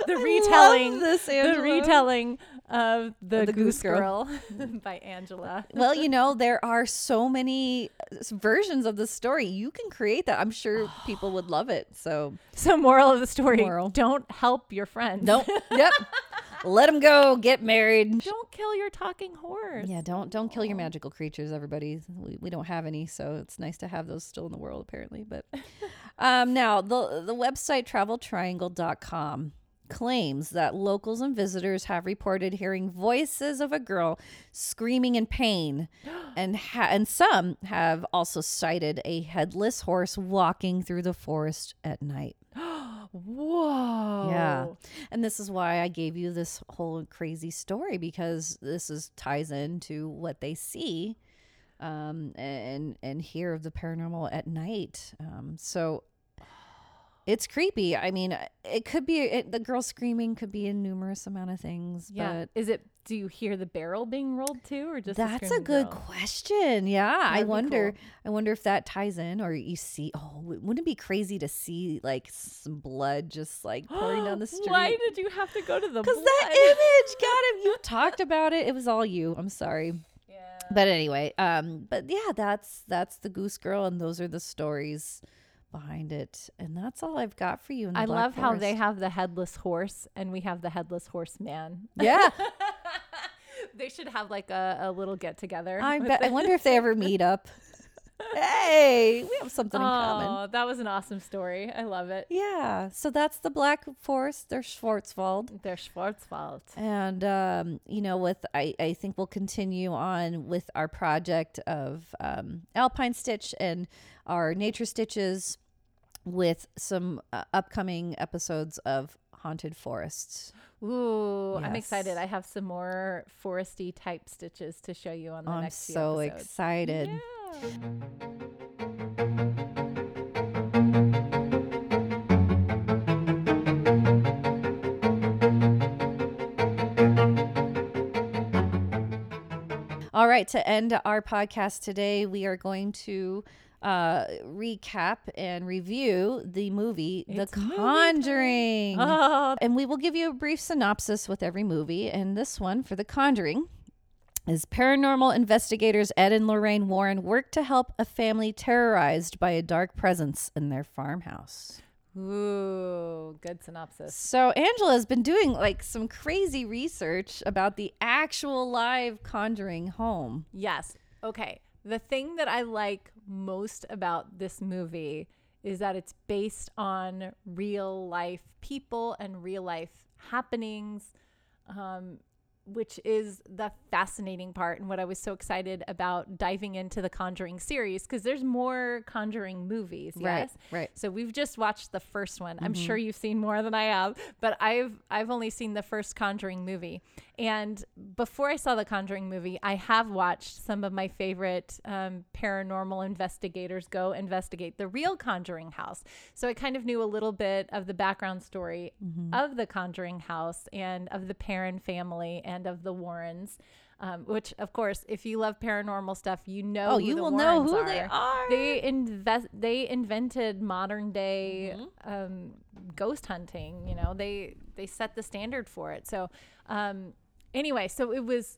S1: The
S2: love
S1: retelling,
S2: this,
S1: the
S2: Angela.
S1: retelling of the,
S2: the
S1: Goose
S2: Goose Girl.
S1: Girl, by Angela.
S2: well, you know, there are so many uh, s- versions of the story. You can create that. I'm sure people would love it. So
S1: So, moral of the story:
S2: Moral.
S1: Don't help your friends.
S2: nope. yep. Let them go. Get married.
S1: don't kill your talking horse.
S2: Yeah, don't don't kill your magical creatures, everybody. We, we don't have any, so it's nice to have those still in the world apparently. But um, now the the website traveltriangle.com claims that locals and visitors have reported hearing voices of a girl screaming in pain and ha- and some have also cited a headless horse walking through the forest at night.
S1: Whoa.
S2: Yeah. And this is why I gave you this whole crazy story because this is ties into what they see um and and hear of the paranormal at night. Um so it's creepy. I mean, it could be it, the girl screaming could be a numerous amount of things,
S1: Yeah.
S2: but
S1: Is it? Do you hear the barrel being rolled too, or just? the
S2: that's a
S1: screaming
S2: good
S1: girl?
S2: question. Yeah, I
S1: That'd be
S2: wonder.
S1: cool.
S2: I wonder if that ties in, or you see. Oh, wouldn't it be crazy to see like some blood just like pouring down the street?
S1: Why did you have to go to the?
S2: Because that image got him. You talked about it. It was all you. I'm sorry.
S1: Yeah.
S2: But anyway, um, but yeah, that's that's the Goose Girl, and those are the stories behind it. And that's all I've got for you. In the
S1: I
S2: Black
S1: love how they
S2: Forest.
S1: have the headless horse and we have the headless horseman.
S2: Yeah.
S1: they should have like a, a little get together.
S2: I, bet, I wonder if they ever meet up. Hey, we have something in common.
S1: Oh, that was an awesome story. I love it.
S2: Yeah. So that's the Black Forest. They're Schwarzwald.
S1: They're Schwarzwald.
S2: And, um, you know, with, I, I think we'll continue on with our project of um, Alpine Stitch and our Nature Stitches with some uh, upcoming episodes of Haunted Forests
S1: Ooh, I'm
S2: Yes.
S1: excited. I have some more foresty type stitches to show you on the
S2: I'm
S1: next few
S2: so
S1: episodes.
S2: excited.
S1: Yeah.
S2: All right, to end our podcast today, we are going to uh, recap and review the movie
S1: It's
S2: The
S1: movie time.
S2: Conjuring.
S1: Oh,
S2: And we will give you a brief synopsis with every movie. And this one for The Conjuring is paranormal investigators Ed and Lorraine Warren work to help a family terrorized by a dark presence in their farmhouse.
S1: ooh, good synopsis.
S2: So Angela has been doing like some crazy research about the actual live Conjuring home.
S1: Yes. Okay. The thing that I like most about this movie is that it's based on real life people and real life happenings, um, which is the fascinating part and what I was so excited about diving into the Conjuring series because there's more Conjuring movies.
S2: Right,
S1: Yes.
S2: right. Mm-hmm.
S1: So we've just watched the first one. I'm sure you've seen more than I have, but I've I've only seen the first Conjuring movie. And before I saw the Conjuring movie, I have watched some of my favorite um, paranormal investigators go investigate the real Conjuring house. So I kind of knew a little bit of the background story
S2: Mm-hmm.
S1: of the Conjuring house and of the Perrin family and of the Warrens. Um, which, of course, if you love paranormal stuff, you know.
S2: Oh,
S1: who
S2: you
S1: the
S2: will know
S1: Warrens
S2: who they are.
S1: they invest they invented modern day
S2: Mm-hmm.
S1: um, ghost hunting you know they they set the standard for it so um, anyway so it was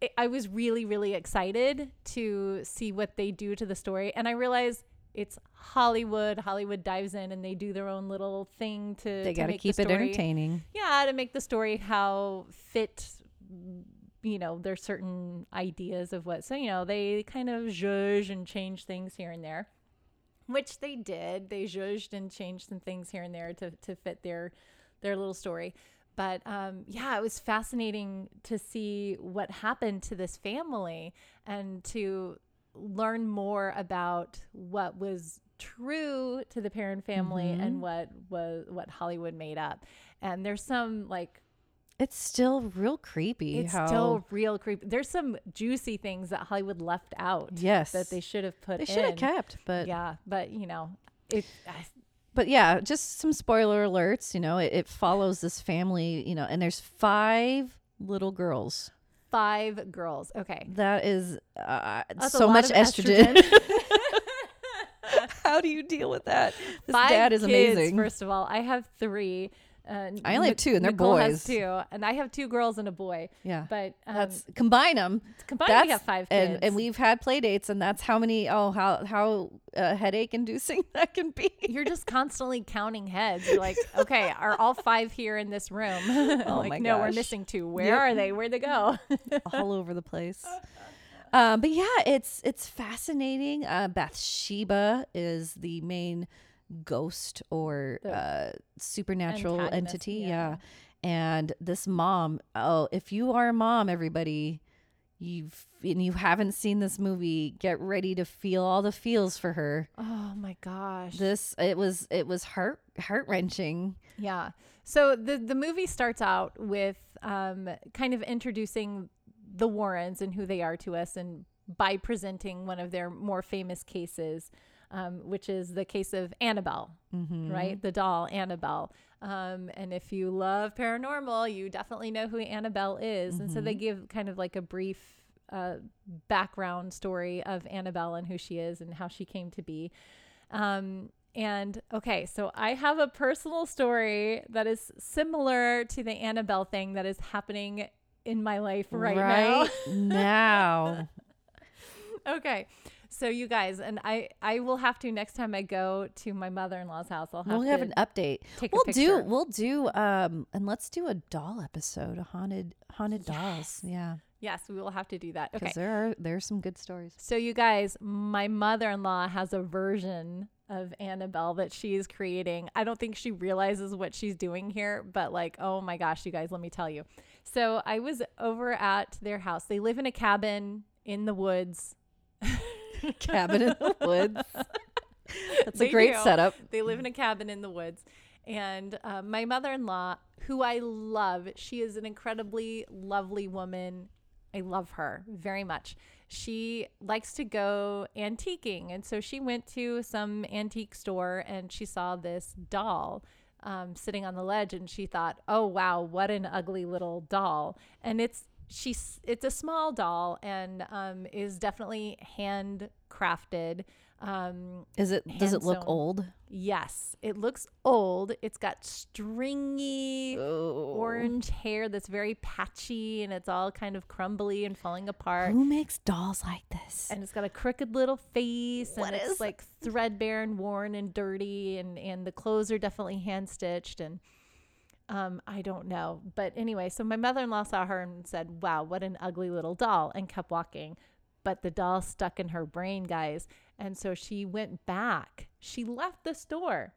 S1: it, i was really really excited to see what they do to the story and i realized it's hollywood hollywood dives in and they do their own little thing to
S2: They
S1: got to
S2: keep it
S1: entertaining
S2: entertaining.
S1: yeah to make the story how fit you know there's certain ideas of what so you know they kind of zhuzh and change things here and there which they did they zhuzhed and changed some things here and there to, to fit their their little story but um, yeah it was fascinating to see what happened to this family and to learn more about what was true to the parent family and what was what hollywood made up and there's some like
S2: It's still real creepy.
S1: it's
S2: how
S1: still real creepy there's some juicy things that hollywood left out
S2: yes
S1: that they should have put
S2: they should have
S1: in.
S2: kept, but
S1: yeah but you know it uh, I,
S2: but yeah, just some spoiler alerts. You know, it, it follows this family. You know, and there's five little girls.
S1: five girls okay
S2: That is uh,
S1: That's a
S2: so
S1: lot
S2: much
S1: of
S2: estrogen. how do you deal with that? This
S1: five
S2: dad is
S1: kids,
S2: amazing.
S1: First of all, I have three. Uh,
S2: I only have
S1: Nic-
S2: two, and they're
S1: Nicole Has
S2: boys.
S1: two, and I have two girls and a boy.
S2: Yeah.
S1: but um,
S2: that's combine them.
S1: combined. we have five kids,
S2: and, and we've had play dates, and that's how many. Oh, how how uh, headache inducing that can be.
S1: You're just constantly counting heads. You're like, okay, are all five here in this room?
S2: Oh
S1: like,
S2: my
S1: no, we're
S2: gosh.
S1: missing two. Where
S2: Yep.
S1: are they? Where'd they go?
S2: all over the place. Uh, but yeah, it's it's fascinating. Uh, Bathsheba is the main ghost or uh, supernatural
S1: antagonist,
S2: entity.
S1: yeah.
S2: Yeah. and this mom. Oh, if you are a mom, everybody, you've and you haven't seen this movie, get ready to feel all the feels for her.
S1: oh my gosh.
S2: This it was it was heart heart wrenching.
S1: Yeah. So the the movie starts out with um, kind of introducing the Warrens and who they are to us, and by presenting one of their more famous cases, um, which is the case of Annabelle,
S2: Mm-hmm.
S1: right? The doll Annabelle. Um, and if you love paranormal, you definitely know who Annabelle is. And so they
S2: Mm-hmm.
S1: give kind of like a brief uh, background story of Annabelle and who she is and how she came to be. Um, and okay, so I have a personal story that is similar to the Annabelle thing that is happening in my life right,
S2: now.
S1: now. okay, So you guys and I I will have to next time I go to my mother-in-law's house. I'll have
S2: we'll
S1: to
S2: have an update.
S1: take a
S2: We'll do.
S1: picture.
S2: We'll do. Um, and let's do a doll episode, a haunted haunted dolls. Yeah,
S1: Yes, we will have to do that.
S2: because
S1: Okay.
S2: there are there are some good stories.
S1: So you guys, my mother-in-law has a version of Annabelle that she is creating. I don't think she realizes what she's doing here, but like, oh my gosh, you guys, let me tell you. So I was over at their house. They live in a cabin in the woods.
S2: Cabin in the woods. That's
S1: They
S2: a great
S1: do.
S2: setup.
S1: They live in a cabin in the woods. And uh, my mother in law, who I love, she is an incredibly lovely woman. I love her very much. She likes to go antiquing. And so she went to some antique store and she saw this doll um, sitting on the ledge and she thought, oh, wow, what an ugly little doll. And it's, she's, it's a small doll and um, is definitely handcrafted. Um,
S2: Is it? Does it look
S1: Hand-sewn.
S2: old?
S1: Yes, it looks old. It's got stringy orange hair that's very patchy and it's all kind of crumbly and falling apart.
S2: Who makes dolls like this?
S1: And it's got a crooked little face
S2: What
S1: and it's
S2: is-
S1: like threadbare and worn and dirty and and the clothes are definitely hand stitched and um I don't know. But anyway, so my mother-in-law saw her and said, "Wow, what an ugly little doll." and kept walking. But the doll stuck in her brain, guys. And so she went back. She left the store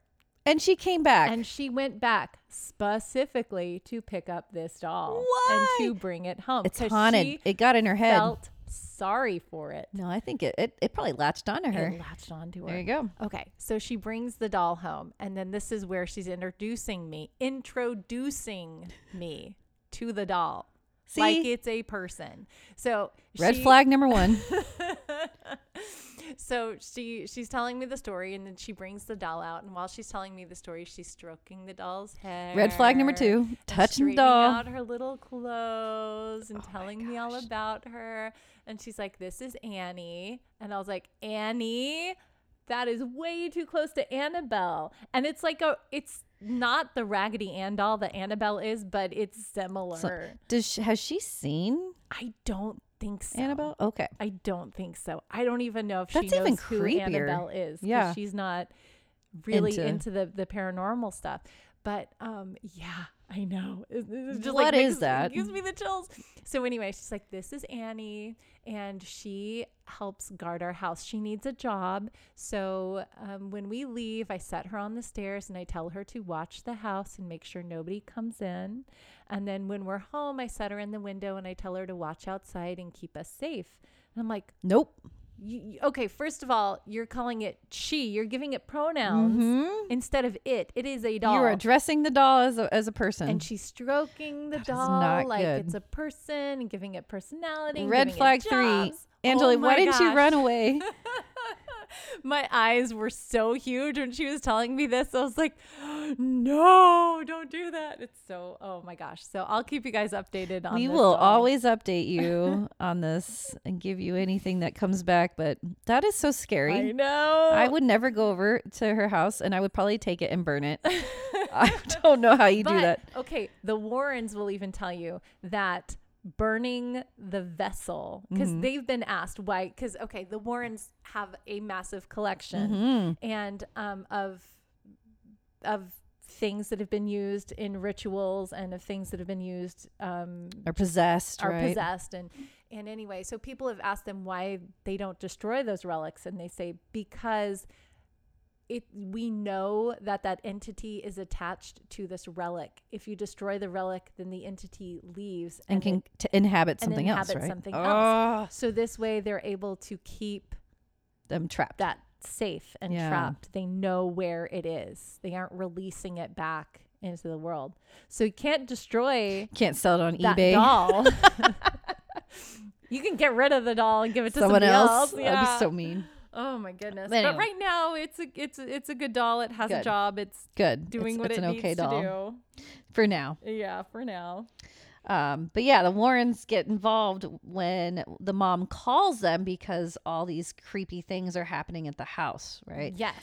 S2: And she came back.
S1: and she went back specifically to pick up this doll
S2: Why?
S1: and to bring it home.
S2: it's
S1: oh, 'cause
S2: haunted.
S1: She
S2: It got in her head.
S1: felt sorry for it.
S2: no, I think it, it it probably latched onto her.
S1: It latched onto her.
S2: There you go.
S1: Okay, so she brings the doll home, and then this is where she's introducing me, introducing me to the doll,
S2: See,
S1: like it's a person. So
S2: red
S1: she-
S2: flag number one.
S1: so she she's telling me the story and then she brings the doll out and while she's telling me the story she's stroking the doll's hair
S2: Red flag number two,
S1: and
S2: touching the
S1: straightening
S2: doll.
S1: out her little clothes and
S2: Oh my
S1: telling me all
S2: gosh.
S1: about her and she's like this is annie and i was like annie that is way too close to annabelle and it's like a it's not the raggedy ann doll that annabelle is but it's similar
S2: Does she, has she seen
S1: i don't think so
S2: Annabelle? Okay.
S1: I don't think so. I don't even know if
S2: That's
S1: she knows
S2: even
S1: who
S2: creepier.
S1: Annabelle is. 'cause
S2: Yeah.
S1: she's not really
S2: Into-
S1: into, the the paranormal stuff. But um, yeah, I know. It- it- it just,
S2: What
S1: like,
S2: is
S1: makes-
S2: that?
S1: Gives me the chills. So anyway, she's like, "This is Annie, and she helps guard our house. She needs a job. So um, when we leave, I set her on the stairs and I tell her to watch the house and make sure nobody comes in. And then when we're home, I set her in the window and I tell her to watch outside and keep us safe. And I'm like,
S2: Nope.
S1: you, you- okay, first of all, you're calling it she. You're giving it pronouns instead of it. It is a doll.
S2: Mm-hmm. You're addressing the doll as a, as a person.
S1: and she's stroking the
S2: That is
S1: doll
S2: not
S1: like
S2: good.
S1: it's a person and giving it personality. and
S2: Red
S1: giving it
S2: flag three.
S1: jobs.
S2: Angela,
S1: Oh
S2: why
S1: my
S2: didn't you
S1: gosh.
S2: run away?
S1: My eyes were so huge when she was telling me this. I was like, no, don't do that. It's so, oh my gosh. So I'll keep you guys updated on
S2: we
S1: this
S2: will
S1: doll.
S2: always update you on this and give you anything that comes back, but that is so scary.
S1: I know.
S2: I would never go over to her house and I would probably take it and burn it. I don't know how you do
S1: But,
S2: that.
S1: Okay, the Warrens will even tell you that burning the vessel because
S2: Mm-hmm.
S1: they've been asked why. Because okay, the Warrens have a massive collection
S2: Mm-hmm.
S1: and um, of of things that have been used in rituals and of things that have been used um,
S2: Or possessed,
S1: are
S2: right?
S1: possessed and and anyway so people have asked them why they don't destroy those relics and they say because it we know that that entity is attached to this relic if you destroy the relic then the entity leaves
S2: And,
S1: it-
S2: can to inhabit
S1: and
S2: something else,
S1: inhabit
S2: right?
S1: something
S2: oh,
S1: so this way they're able to keep
S2: I'm trapped.
S1: that safe and
S2: Yeah.
S1: trapped they know where it is they aren't releasing it back into the world so you can't destroy
S2: Can't sell it on
S1: that
S2: eBay.
S1: doll. you can get rid of the doll and give it to
S2: Someone
S1: somebody
S2: else.
S1: else.
S2: That'd
S1: Yeah.
S2: be so mean.
S1: oh my goodness!
S2: But anyway.
S1: But right now, it's a it's a, it's a good doll. It has
S2: Good.
S1: a job. It's
S2: Good.
S1: doing
S2: it's,
S1: what
S2: it's
S1: it
S2: an
S1: needs
S2: okay doll
S1: to
S2: for now.
S1: do. Yeah, for now.
S2: Um, but yeah, the Warrens get involved when the mom calls them because all these creepy things are happening at the house, right?
S1: Yes.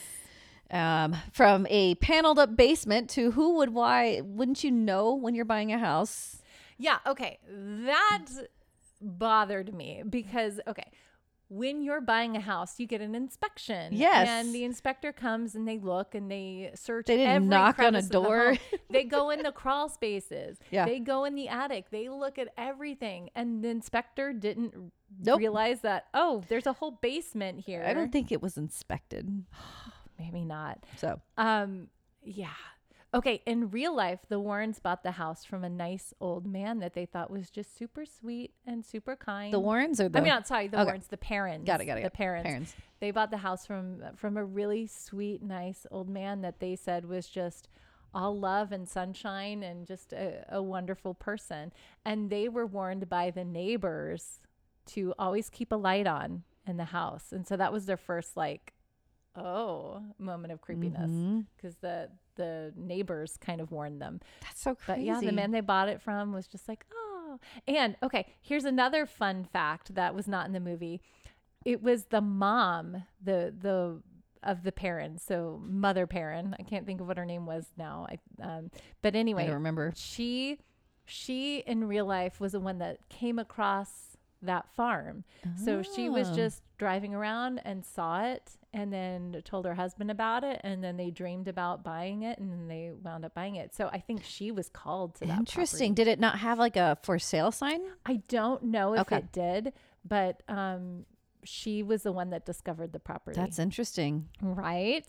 S2: Um, from a paneled up basement to who would why wouldn't you know when you're buying a house?
S1: Yeah. Okay. That bothered me because okay, when you're buying a house, you get an inspection.
S2: Yes.
S1: And the inspector comes and they look and they search.
S2: They didn't
S1: every
S2: knock on a
S1: crevice of the
S2: door.
S1: home. they go in the crawl spaces.
S2: Yeah.
S1: They go in the attic. They look at everything. And the inspector didn't
S2: Nope.
S1: realize that, oh, there's a whole basement here.
S2: I don't think it was inspected.
S1: Maybe not.
S2: So
S1: Um, yeah. Okay, in real life, the Warrens bought the house from a nice old man that they thought was just super sweet and super kind.
S2: the Warrens are the
S1: I mean, not sorry, the
S2: Okay.
S1: Warrens, the parents.
S2: Got it, got it,
S1: The
S2: got it. Parents.
S1: They bought the house from from a really sweet, nice old man that they said was just all love and sunshine and just a, a wonderful person. And they were warned by the neighbors to always keep a light on in the house. And so that was their first like, oh, moment of creepiness
S2: Mm-hmm.
S1: because the the neighbors kind of warned them.
S2: that's so
S1: But
S2: crazy.
S1: yeah, the man they bought it from was just like, oh. And okay, here's another fun fact that was not in the movie. It was the mom, the the of the parents, so mother parent. I can't think of what her name was now. I, um, but
S2: I
S1: anyway,
S2: don't remember.
S1: she she in real life was the one that came across that farm. So she was
S2: Oh.
S1: just driving around and saw it and then told her husband about it and then they dreamed about buying it and then they wound up buying it. So I think she was called to that.
S2: Interesting.
S1: property.
S2: Did it not have like a for sale sign?
S1: I don't know if
S2: Okay.
S1: it did, but um she was the one that discovered the property.
S2: That's interesting.
S1: right.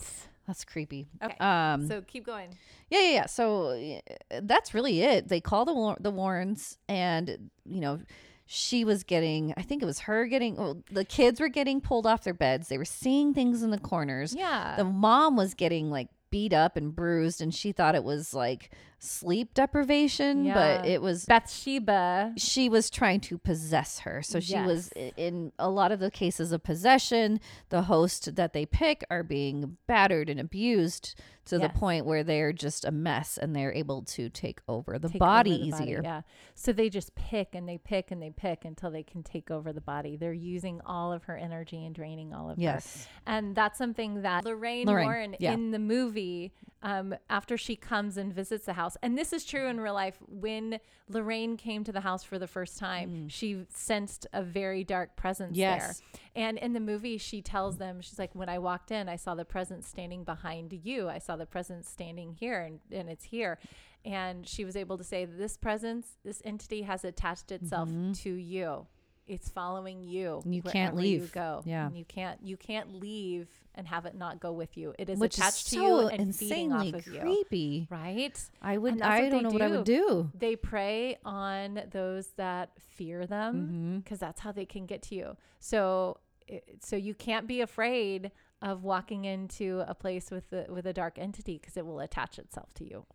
S2: That's creepy.
S1: Okay.
S2: Um,
S1: so keep going.
S2: Yeah, yeah, yeah. So uh, that's really it. They call the War- the Warrens, and you know, she was getting. I think it was her getting. Well, the kids were getting pulled off their beds. They were seeing things in the corners.
S1: Yeah.
S2: The mom was getting like beat up and bruised, and she thought it was like sleep deprivation,
S1: Yeah.
S2: but it was.
S1: Bathsheba.
S2: she was trying to possess her. So she was
S1: Yes.
S2: i- in a lot of the cases of possession, the host that they pick are being battered and abused to
S1: Yes.
S2: the point where they're just a mess and they're able to take over the
S1: take over
S2: body
S1: the
S2: easier.
S1: yeah. So they just pick and they pick and they pick until they can take over the body. They're using all of her energy and draining all of
S2: Yes.
S1: her. And that's something that Lorraine,
S2: Lorraine,
S1: Warren
S2: yeah.
S1: in the movie, um, after she comes and visits the house, and this is true in real life, when Lorraine came to the house for the first time, she sensed a very dark presence
S2: Mm. Yes.
S1: there. And in the movie, she tells them, she's like, when I walked in, I saw the presence standing behind you. I saw the presence standing here, and, and it's here. And she was able to say, this presence, this entity has attached itself
S2: Mm-hmm.
S1: to you. It's following you.
S2: You can't
S1: wherever You
S2: leave.
S1: go.
S2: Yeah.
S1: And you can't. You can't leave and have it not go with you. It is
S2: Which is
S1: attached
S2: so
S1: to you and
S2: insanely
S1: feeding off of you.
S2: creepy.
S1: Right.
S2: I
S1: And
S2: would
S1: that's
S2: I
S1: what
S2: don't
S1: they
S2: know what I would do.
S1: They prey on those that fear
S2: Mm-hmm.
S1: them because that's how they can get to you. So, it- so you can't be afraid of walking into a place with the, with a dark entity because it will attach itself to you.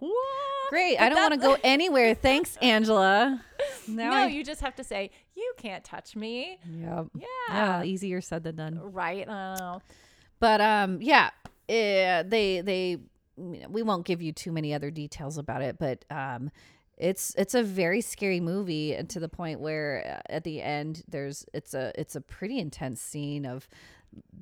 S2: Great. I don't want to go anywhere. Thanks, Angela. Now
S1: no,
S2: I-
S1: you just have to say you can't touch me.
S2: Yep.
S1: Yeah.
S2: yeah, easier said than done.
S1: Right. I don't know.
S2: but um yeah eh, they they we won't give you too many other details about it but um it's it's a very scary movie and to the point where uh, at the end there's it's a it's a pretty intense scene of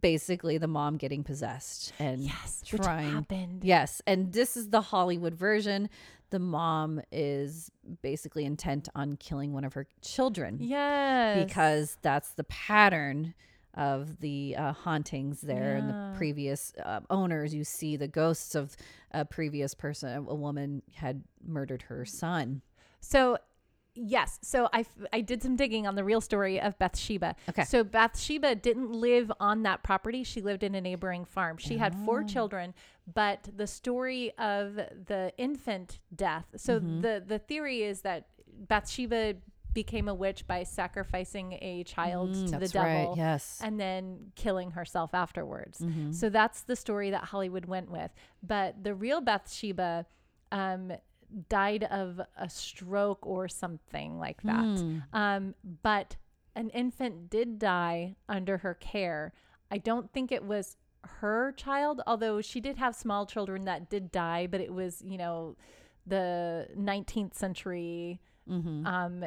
S2: basically the mom getting possessed and
S1: Yes. Which
S2: trying
S1: happened.
S2: Yes, and this is the Hollywood version. The mom is basically intent on killing one of her children
S1: Yes.
S2: because that's the pattern of the uh, hauntings there and the
S1: Yeah.
S2: previous uh, owners you see the ghosts of a previous person a a woman had murdered her son
S1: So, yes. So I, f- I did some digging on the real story of Bathsheba.
S2: Okay.
S1: So Bathsheba didn't live on that property. She lived in a neighboring farm. She had four children, but the story of the infant death. So the the theory is that Bathsheba became a witch by sacrificing a child
S2: Mm,
S1: to the devil
S2: yes Mm-hmm.
S1: and then killing herself afterwards. So that's the story that Hollywood went with. But the real Bathsheba um, died of a stroke or something like that.
S2: Hmm.
S1: Um, but an infant did die under her care. I don't think it was her child, although she did have small children that did die, but it was, you know, the 19th century.
S2: Mm-hmm.
S1: Um,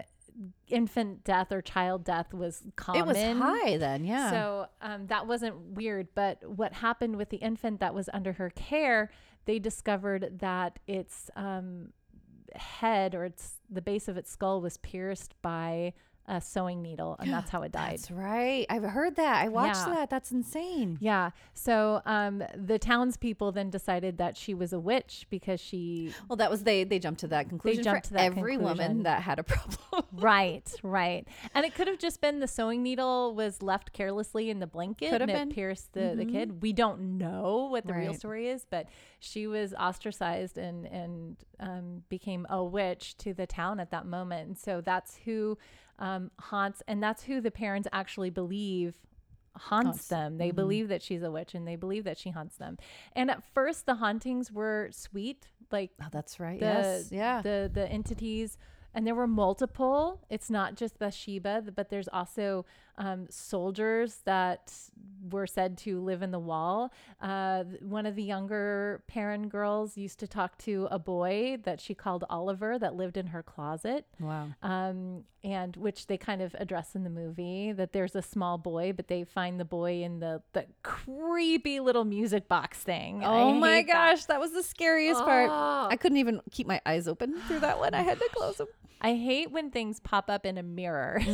S1: infant death or child death was common.
S2: it was high then yeah
S1: So um, that wasn't weird. But what happened with the infant that was under her care, they discovered that its um, head or its the base of its skull was pierced by a sewing needle, and that's how it died.
S4: That's right. I've heard that. I watched
S1: Yeah.
S4: that. That's insane.
S1: yeah. So um, the townspeople then decided that she was a witch because she.
S4: Well, that was they. They jumped to that conclusion.
S1: jumped
S4: for
S1: to that
S4: every
S1: conclusion.
S4: woman that had a problem.
S1: Right, right. And it could have just been the sewing needle was left carelessly in the blanket
S4: Could have
S1: and
S4: been. Mm-hmm.
S1: it pierced the, the kid. We don't know what the real
S4: Right.
S1: story is, but she was ostracized and, and um, became a witch to the town at that moment. And so that's who um, haunts, and that's who the parents actually believe haunts them.
S4: Mm-hmm.
S1: They believe that she's a witch and they believe that she haunts them. And at first, the hauntings were sweet. Like
S4: oh, that's right.
S1: the
S4: yes. Yeah.
S1: the the entities and there were multiple it's not just bathsheba th- but there's also um, soldiers that were said to live in the wall uh, th- one of the younger parent girls used to talk to a boy that she called oliver that lived in her closet
S4: wow.
S1: um, and which they kind of address in the movie that there's a small boy, but they find the boy in the the creepy little music box thing.
S4: Oh
S1: I
S4: my
S1: hate that. Ah.
S4: gosh, that. was the scariest part. I couldn't even keep my eyes open through that one. I had to close them
S1: I hate when things pop up in a mirror.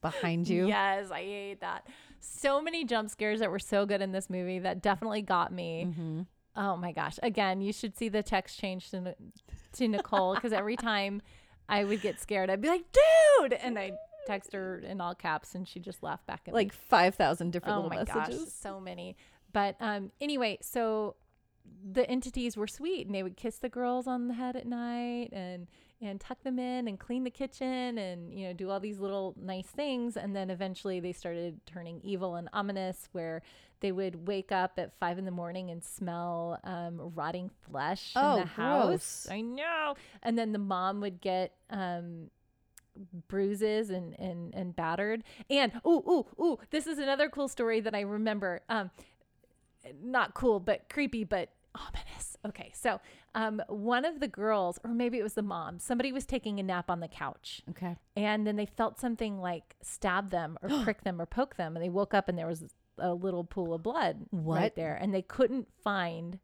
S4: behind you.
S1: yes, I hate that. So many jump scares that were so good in this movie that definitely got me.
S4: Mm-hmm.
S1: Oh my gosh. Again, you should see the text change to, Ni- to Nicole because every time I would get scared, I'd be like, dude. And I text her in all caps and she just laughed back at me.
S4: Like five thousand different
S1: oh
S4: little
S1: my gosh,
S4: messages.
S1: so many. But um, anyway, so the entities were sweet and they would kiss the girls on the head at night and and tuck them in and clean the kitchen and you know do all these little nice things and then eventually they started turning evil and ominous where they would wake up at five in the morning and smell um, rotting flesh in
S4: Oh,
S1: the house
S4: gross.
S1: i know and then the mom would get um, bruises and and and battered. And ooh ooh ooh, this is another cool story that I remember. Um, not cool, but creepy, but ominous. Okay, so um, one of the girls, or maybe it was the mom, somebody was taking a nap on the couch,
S4: Okay.
S1: and then they felt something like stab them or prick them or poke them, and they woke up and there was a little pool of blood right
S4: What?
S1: there, and they couldn't find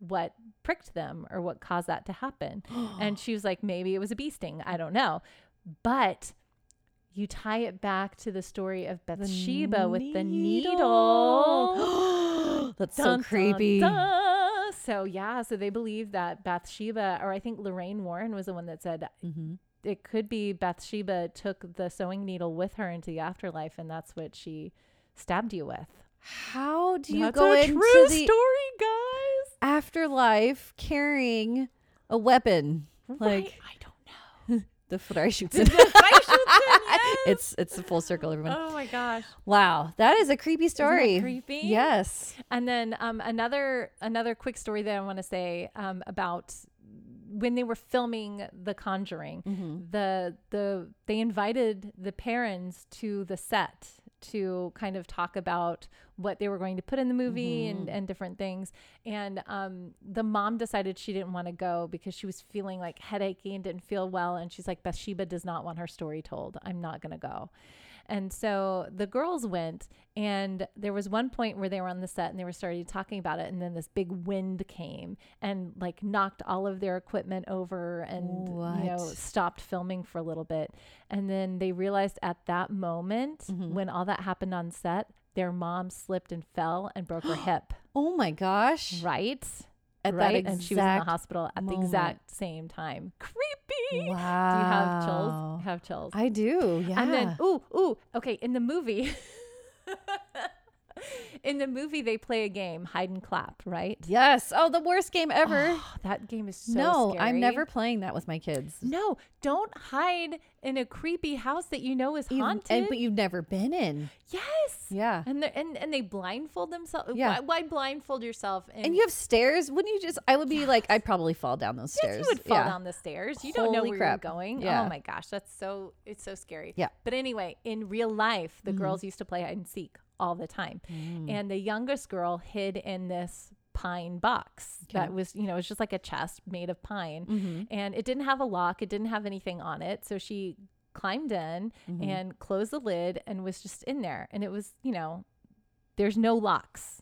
S1: what pricked them or what caused that to happen. and she was like, maybe it was a bee sting. I don't know. But you tie it back to the story of Bathsheba with the needle.
S4: That's
S1: Dun,
S4: so creepy.
S1: dun, dun. So yeah, so they believe that Bathsheba, or I think Lorraine Warren was the one that said
S4: Mm-hmm.
S1: it could be Bathsheba took the sewing needle with her into the afterlife, and that's what she stabbed you with.
S4: How do you
S1: that's
S4: go
S1: a
S4: into
S1: true
S4: the
S1: story, guys.
S4: afterlife carrying a weapon
S1: Right?
S4: like
S1: I don't know.
S4: the Freischützen? it's it's a full circle, everyone.
S1: Oh my gosh.
S4: Wow, that is a creepy
S1: that
S4: story.
S1: creepy?
S4: Yes.
S1: And then um, another another quick story that I want to say um, about when they were filming The Conjuring, the the they invited the parents to the set to kind of talk about what they were going to put in the movie and, and different things. And um, the mom decided she didn't want to go because she was feeling like headachy and didn't feel well. And she's like, Bathsheba does not want her story told. I'm not going to go. And so the girls went, and there was one point where they were on the set and they were starting talking about it, and then this big wind came and like knocked all of their equipment over and you know
S4: What?
S1: stopped filming for a little bit. And then they realized at that moment
S4: Mm-hmm.
S1: when all that happened on set, their mom slipped and fell and broke her hip.
S4: Oh my gosh.
S1: Right?
S4: At that
S1: right? and she was in the
S4: exact
S1: hospital at the
S4: moment.
S1: exact same time. Creepy. Do you have
S4: Wow.
S1: chills? Have chills.
S4: I do. Yeah.
S1: And then, ooh, ooh, okay, in the movie, in the movie, they play a game, hide and clap, right?
S4: yes. Oh, the worst game ever.
S1: Oh, that game is so
S4: no, I'm
S1: scary.
S4: never playing that with my kids.
S1: No, don't hide in a creepy house that you know is
S4: You've-
S1: haunted.
S4: and but you've never been in.
S1: yes.
S4: Yeah.
S1: And, they're- and and they blindfold themselves.
S4: Yeah.
S1: Why, why blindfold yourself? And,
S4: And you have stairs. Wouldn't you just? I would be like, I'd probably fall down those
S1: Yes,
S4: stairs.
S1: you would fall
S4: yeah.
S1: down the stairs. You don't know
S4: Holy
S1: where
S4: crap.
S1: you're going.
S4: Yeah.
S1: Oh my gosh, that's so it's so scary.
S4: Yeah. Mm-hmm.
S1: But anyway, in real life, the girls used to play hide and seek all the time,
S4: Mm.
S1: and the youngest girl hid in this pine box that was you know it was just like a chest made of pine
S4: Mm-hmm.
S1: and it didn't have a lock it didn't have anything on it so she climbed in
S4: Mm-hmm.
S1: and closed the lid and was just in there and it was you know there's no locks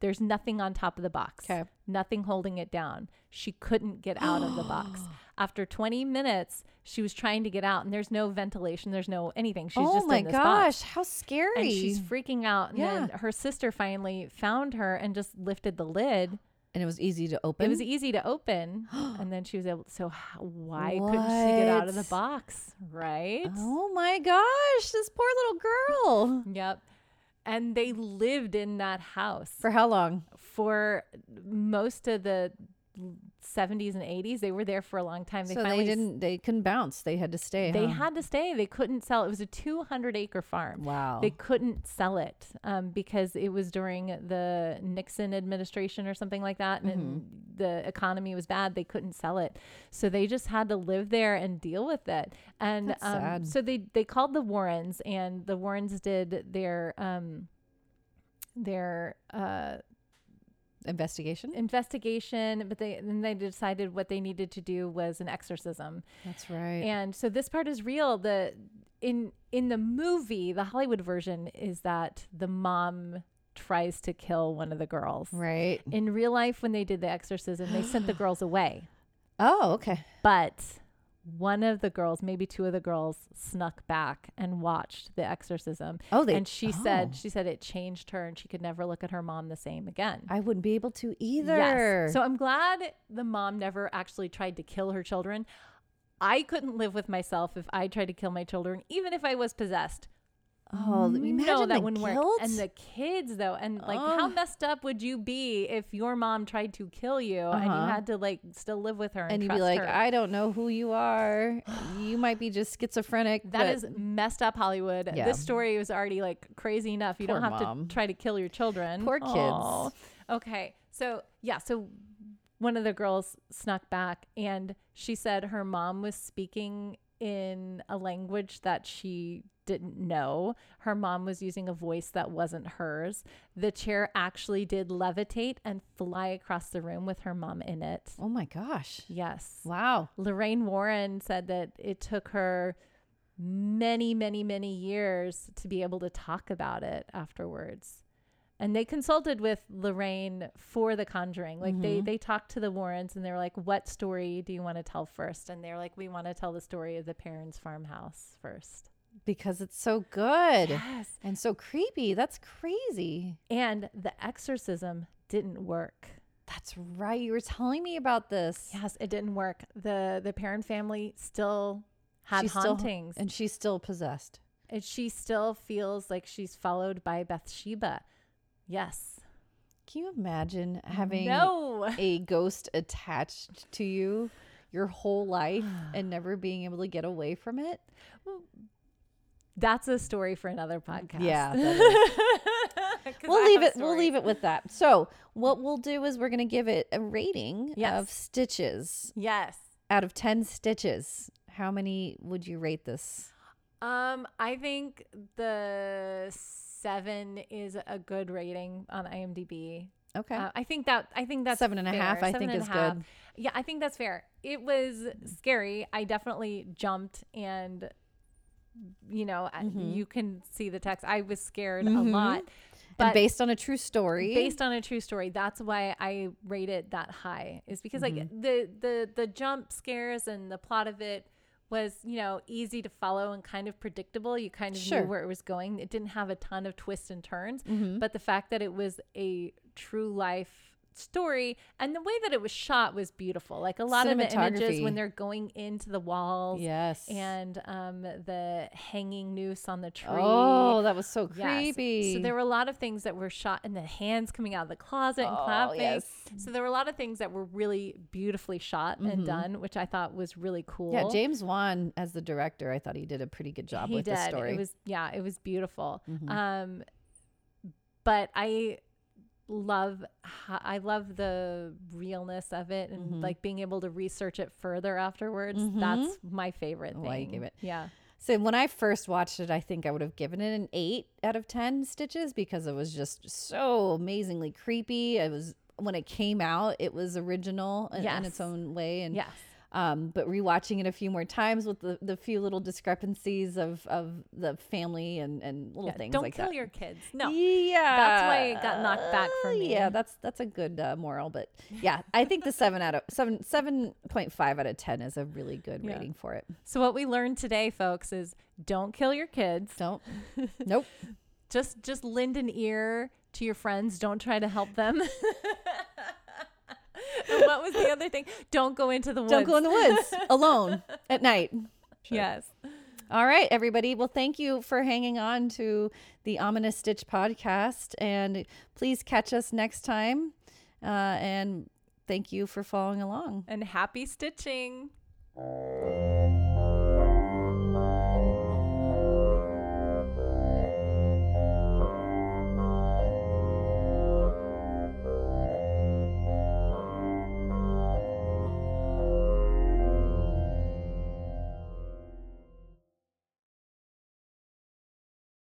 S1: there's nothing on top of the box
S4: Okay.
S1: nothing holding it down. She couldn't get out of the box. After 20 minutes, she was trying to get out, and there's no ventilation, there's no anything. She's
S2: oh
S1: just
S2: my
S1: in this box.
S2: gosh, how scary!
S1: And she's freaking out. And
S2: Yeah.
S1: then her sister finally found her and just lifted the lid.
S2: and it was easy to open.
S1: It was e, easy to open. and then she was able so how, why couldn't she get out of the
S2: What?
S1: box? Right?
S2: Oh my gosh, this poor little girl.
S1: Yep. And they lived in that house
S2: For how long?
S1: for most of the 70s and 80s. They were there for a long time. They
S2: so
S1: finally
S2: they
S1: s-
S2: didn't. They couldn't bounce. They had to stay.
S1: They
S2: huh?
S1: had to stay. They couldn't sell. It was a 200 acre farm.
S2: Wow.
S1: They couldn't sell it um, because it was during the Nixon administration or something like that. And
S2: Mm-hmm.
S1: the economy was bad. They couldn't sell it. So they just had to live there and deal with it. And
S2: That's
S1: um,
S2: sad.
S1: so they, they called the Warrens, and the Warrens did their. Um, their uh
S2: Investigation.
S1: investigation but they then they decided what they needed to do was an exorcism
S2: That's right.
S1: and so this part is real. The in in the movie, the Hollywood version is that the mom tries to kill one of the girls.
S2: right.
S1: In real life, when they did the exorcism, they sent the girls away.
S2: Oh, okay.
S1: But one of the girls, maybe two of the girls, snuck back and watched the exorcism.
S2: Oh, they-
S1: and she said
S2: oh.
S1: she said it changed her, and she could never look at her mom the same again.
S2: I wouldn't be able to either.
S1: Yes. So I'm glad the mom never actually tried to kill her children. I couldn't live with myself if I tried to kill my children, even if I was possessed.
S2: oh, imagine
S1: no,
S2: the
S1: that wouldn't
S2: guilt.
S1: work. And the kids, though, and like, how
S2: Ugh.
S1: messed up would you be if your mom tried to kill you and
S2: Uh-huh.
S1: you had to like still live with her and,
S2: and you'd be
S1: trust
S2: like,
S1: her?
S2: I don't know who you are. you might be just schizophrenic.
S1: That
S2: but
S1: is messed up Hollywood.
S2: Yeah.
S1: This story was already like crazy enough. You don't
S2: Poor
S1: have
S2: mom.
S1: to try to kill your children.
S2: Poor kids.
S1: Aw. Okay. So, yeah. So one of the girls snuck back and she said her mom was speaking in a language that she didn't know. Her mom was using a voice that wasn't hers. The chair actually did levitate and fly across the room with her mom in it.
S2: Oh my gosh.
S1: Yes.
S2: Wow.
S1: Lorraine Warren said that it took her many, many, many years to be able to talk about it afterwards. And they consulted with Lorraine for The Conjuring. Like they they talked to the Warrens and they were like, "What story do you want to tell first? And they're like, "We want to tell the story of the parents' farmhouse first.
S2: Because it's so good
S1: Yes.
S2: and so creepy. That's crazy.
S1: And the exorcism didn't work.
S2: That's right. You were telling me about this.
S1: Yes, it didn't work. the The parent family still had
S2: She's still-
S1: hauntings.
S2: and she's still possessed.
S1: And she still feels like she's followed by Bathsheba. Yes.
S2: Can you imagine having
S1: no.
S2: a ghost attached to you your whole life and never being able to get away from it?
S1: That's a story for another podcast.
S2: Yeah. that is.
S1: 'Cause I
S2: we'll leave
S1: have
S2: it
S1: a
S2: we'll
S1: story.
S2: leave it with that. So, what we'll do is we're going to give it a rating
S1: Yes.
S2: of stitches
S1: Yes.
S2: out of 10 stitches. How many would you rate this?
S1: Um, I think the seven is a good rating on IMDb.
S2: Okay.
S1: Uh, I think that I think that's
S2: Seven and a
S1: fair.
S2: half, I
S1: Seven
S2: think,
S1: and
S2: is
S1: a half.
S2: good.
S1: Yeah, I think that's fair. It was scary. I definitely jumped, and you know, I-
S2: Mm-hmm.
S1: you can see the text. I was scared a lot,
S2: and
S1: but
S2: based on a true story.
S1: based on a true story, that's why I rate it that high. Is because
S2: Mm-hmm.
S1: like the the the jump scares and the plot of it was you know easy to follow and kind of predictable you kind of
S2: Sure. Mm-hmm.
S1: knew where it was going it didn't have a ton of twists and turns but the fact that it was a true life story and the way that it was shot was beautiful like a lot of the images
S2: Cinematography.
S1: when they're going into the walls
S2: yes.
S1: and um, the hanging noose on the tree
S2: Oh, that was so
S1: Yes.
S2: creepy.
S1: So there were a lot of things that were shot and the hands coming out of the closet and
S2: Oh,
S1: clapping.
S2: yes. Mm-hmm.
S1: So there were a lot of things that were really beautifully shot and done, which I thought was really cool.
S2: Yeah, James Wan as the director, I thought he did a pretty good job
S1: he
S2: with
S1: did.
S2: the story. Mm-hmm.
S1: It was yeah, it was beautiful. Um, but I love ho- I love the realness of it and
S2: Mm-hmm.
S1: like being able to research it further afterwards. That's my favorite thing.
S2: why you gave Oh, it.
S1: Yeah.
S2: so when I first watched it, I think I would have given it an eight out of ten stitches because it was just so amazingly creepy. It was when it came out, it was original in, in its
S1: Yes.
S2: own way, and
S1: Yes.
S2: Um, but rewatching it a few more times with the, the few little discrepancies of, of the family and, and little
S1: Yeah,
S2: things
S1: don't
S2: like
S1: kill
S2: that.
S1: your kids. No.
S2: Yeah.
S1: why it got knocked back for me.
S2: Yeah, that's that's a good uh, moral, but yeah, I think the 7 out of 7 7.5 out of 10 is a really good
S1: Yeah.
S2: rating for it.
S1: So what we learned today, folks, is don't kill your kids.
S2: Don't. nope.
S1: Just just lend an ear to your friends. Don't try to help them. and what was the other thing? Don't go into the woods.
S2: Don't go in the woods alone at night.
S1: Yes.
S2: All right, everybody. Well, thank you for hanging on to the Ominous Stitch podcast. And please catch us next time. Uh, and thank you for following along.
S1: And happy stitching.
S5: Thank you.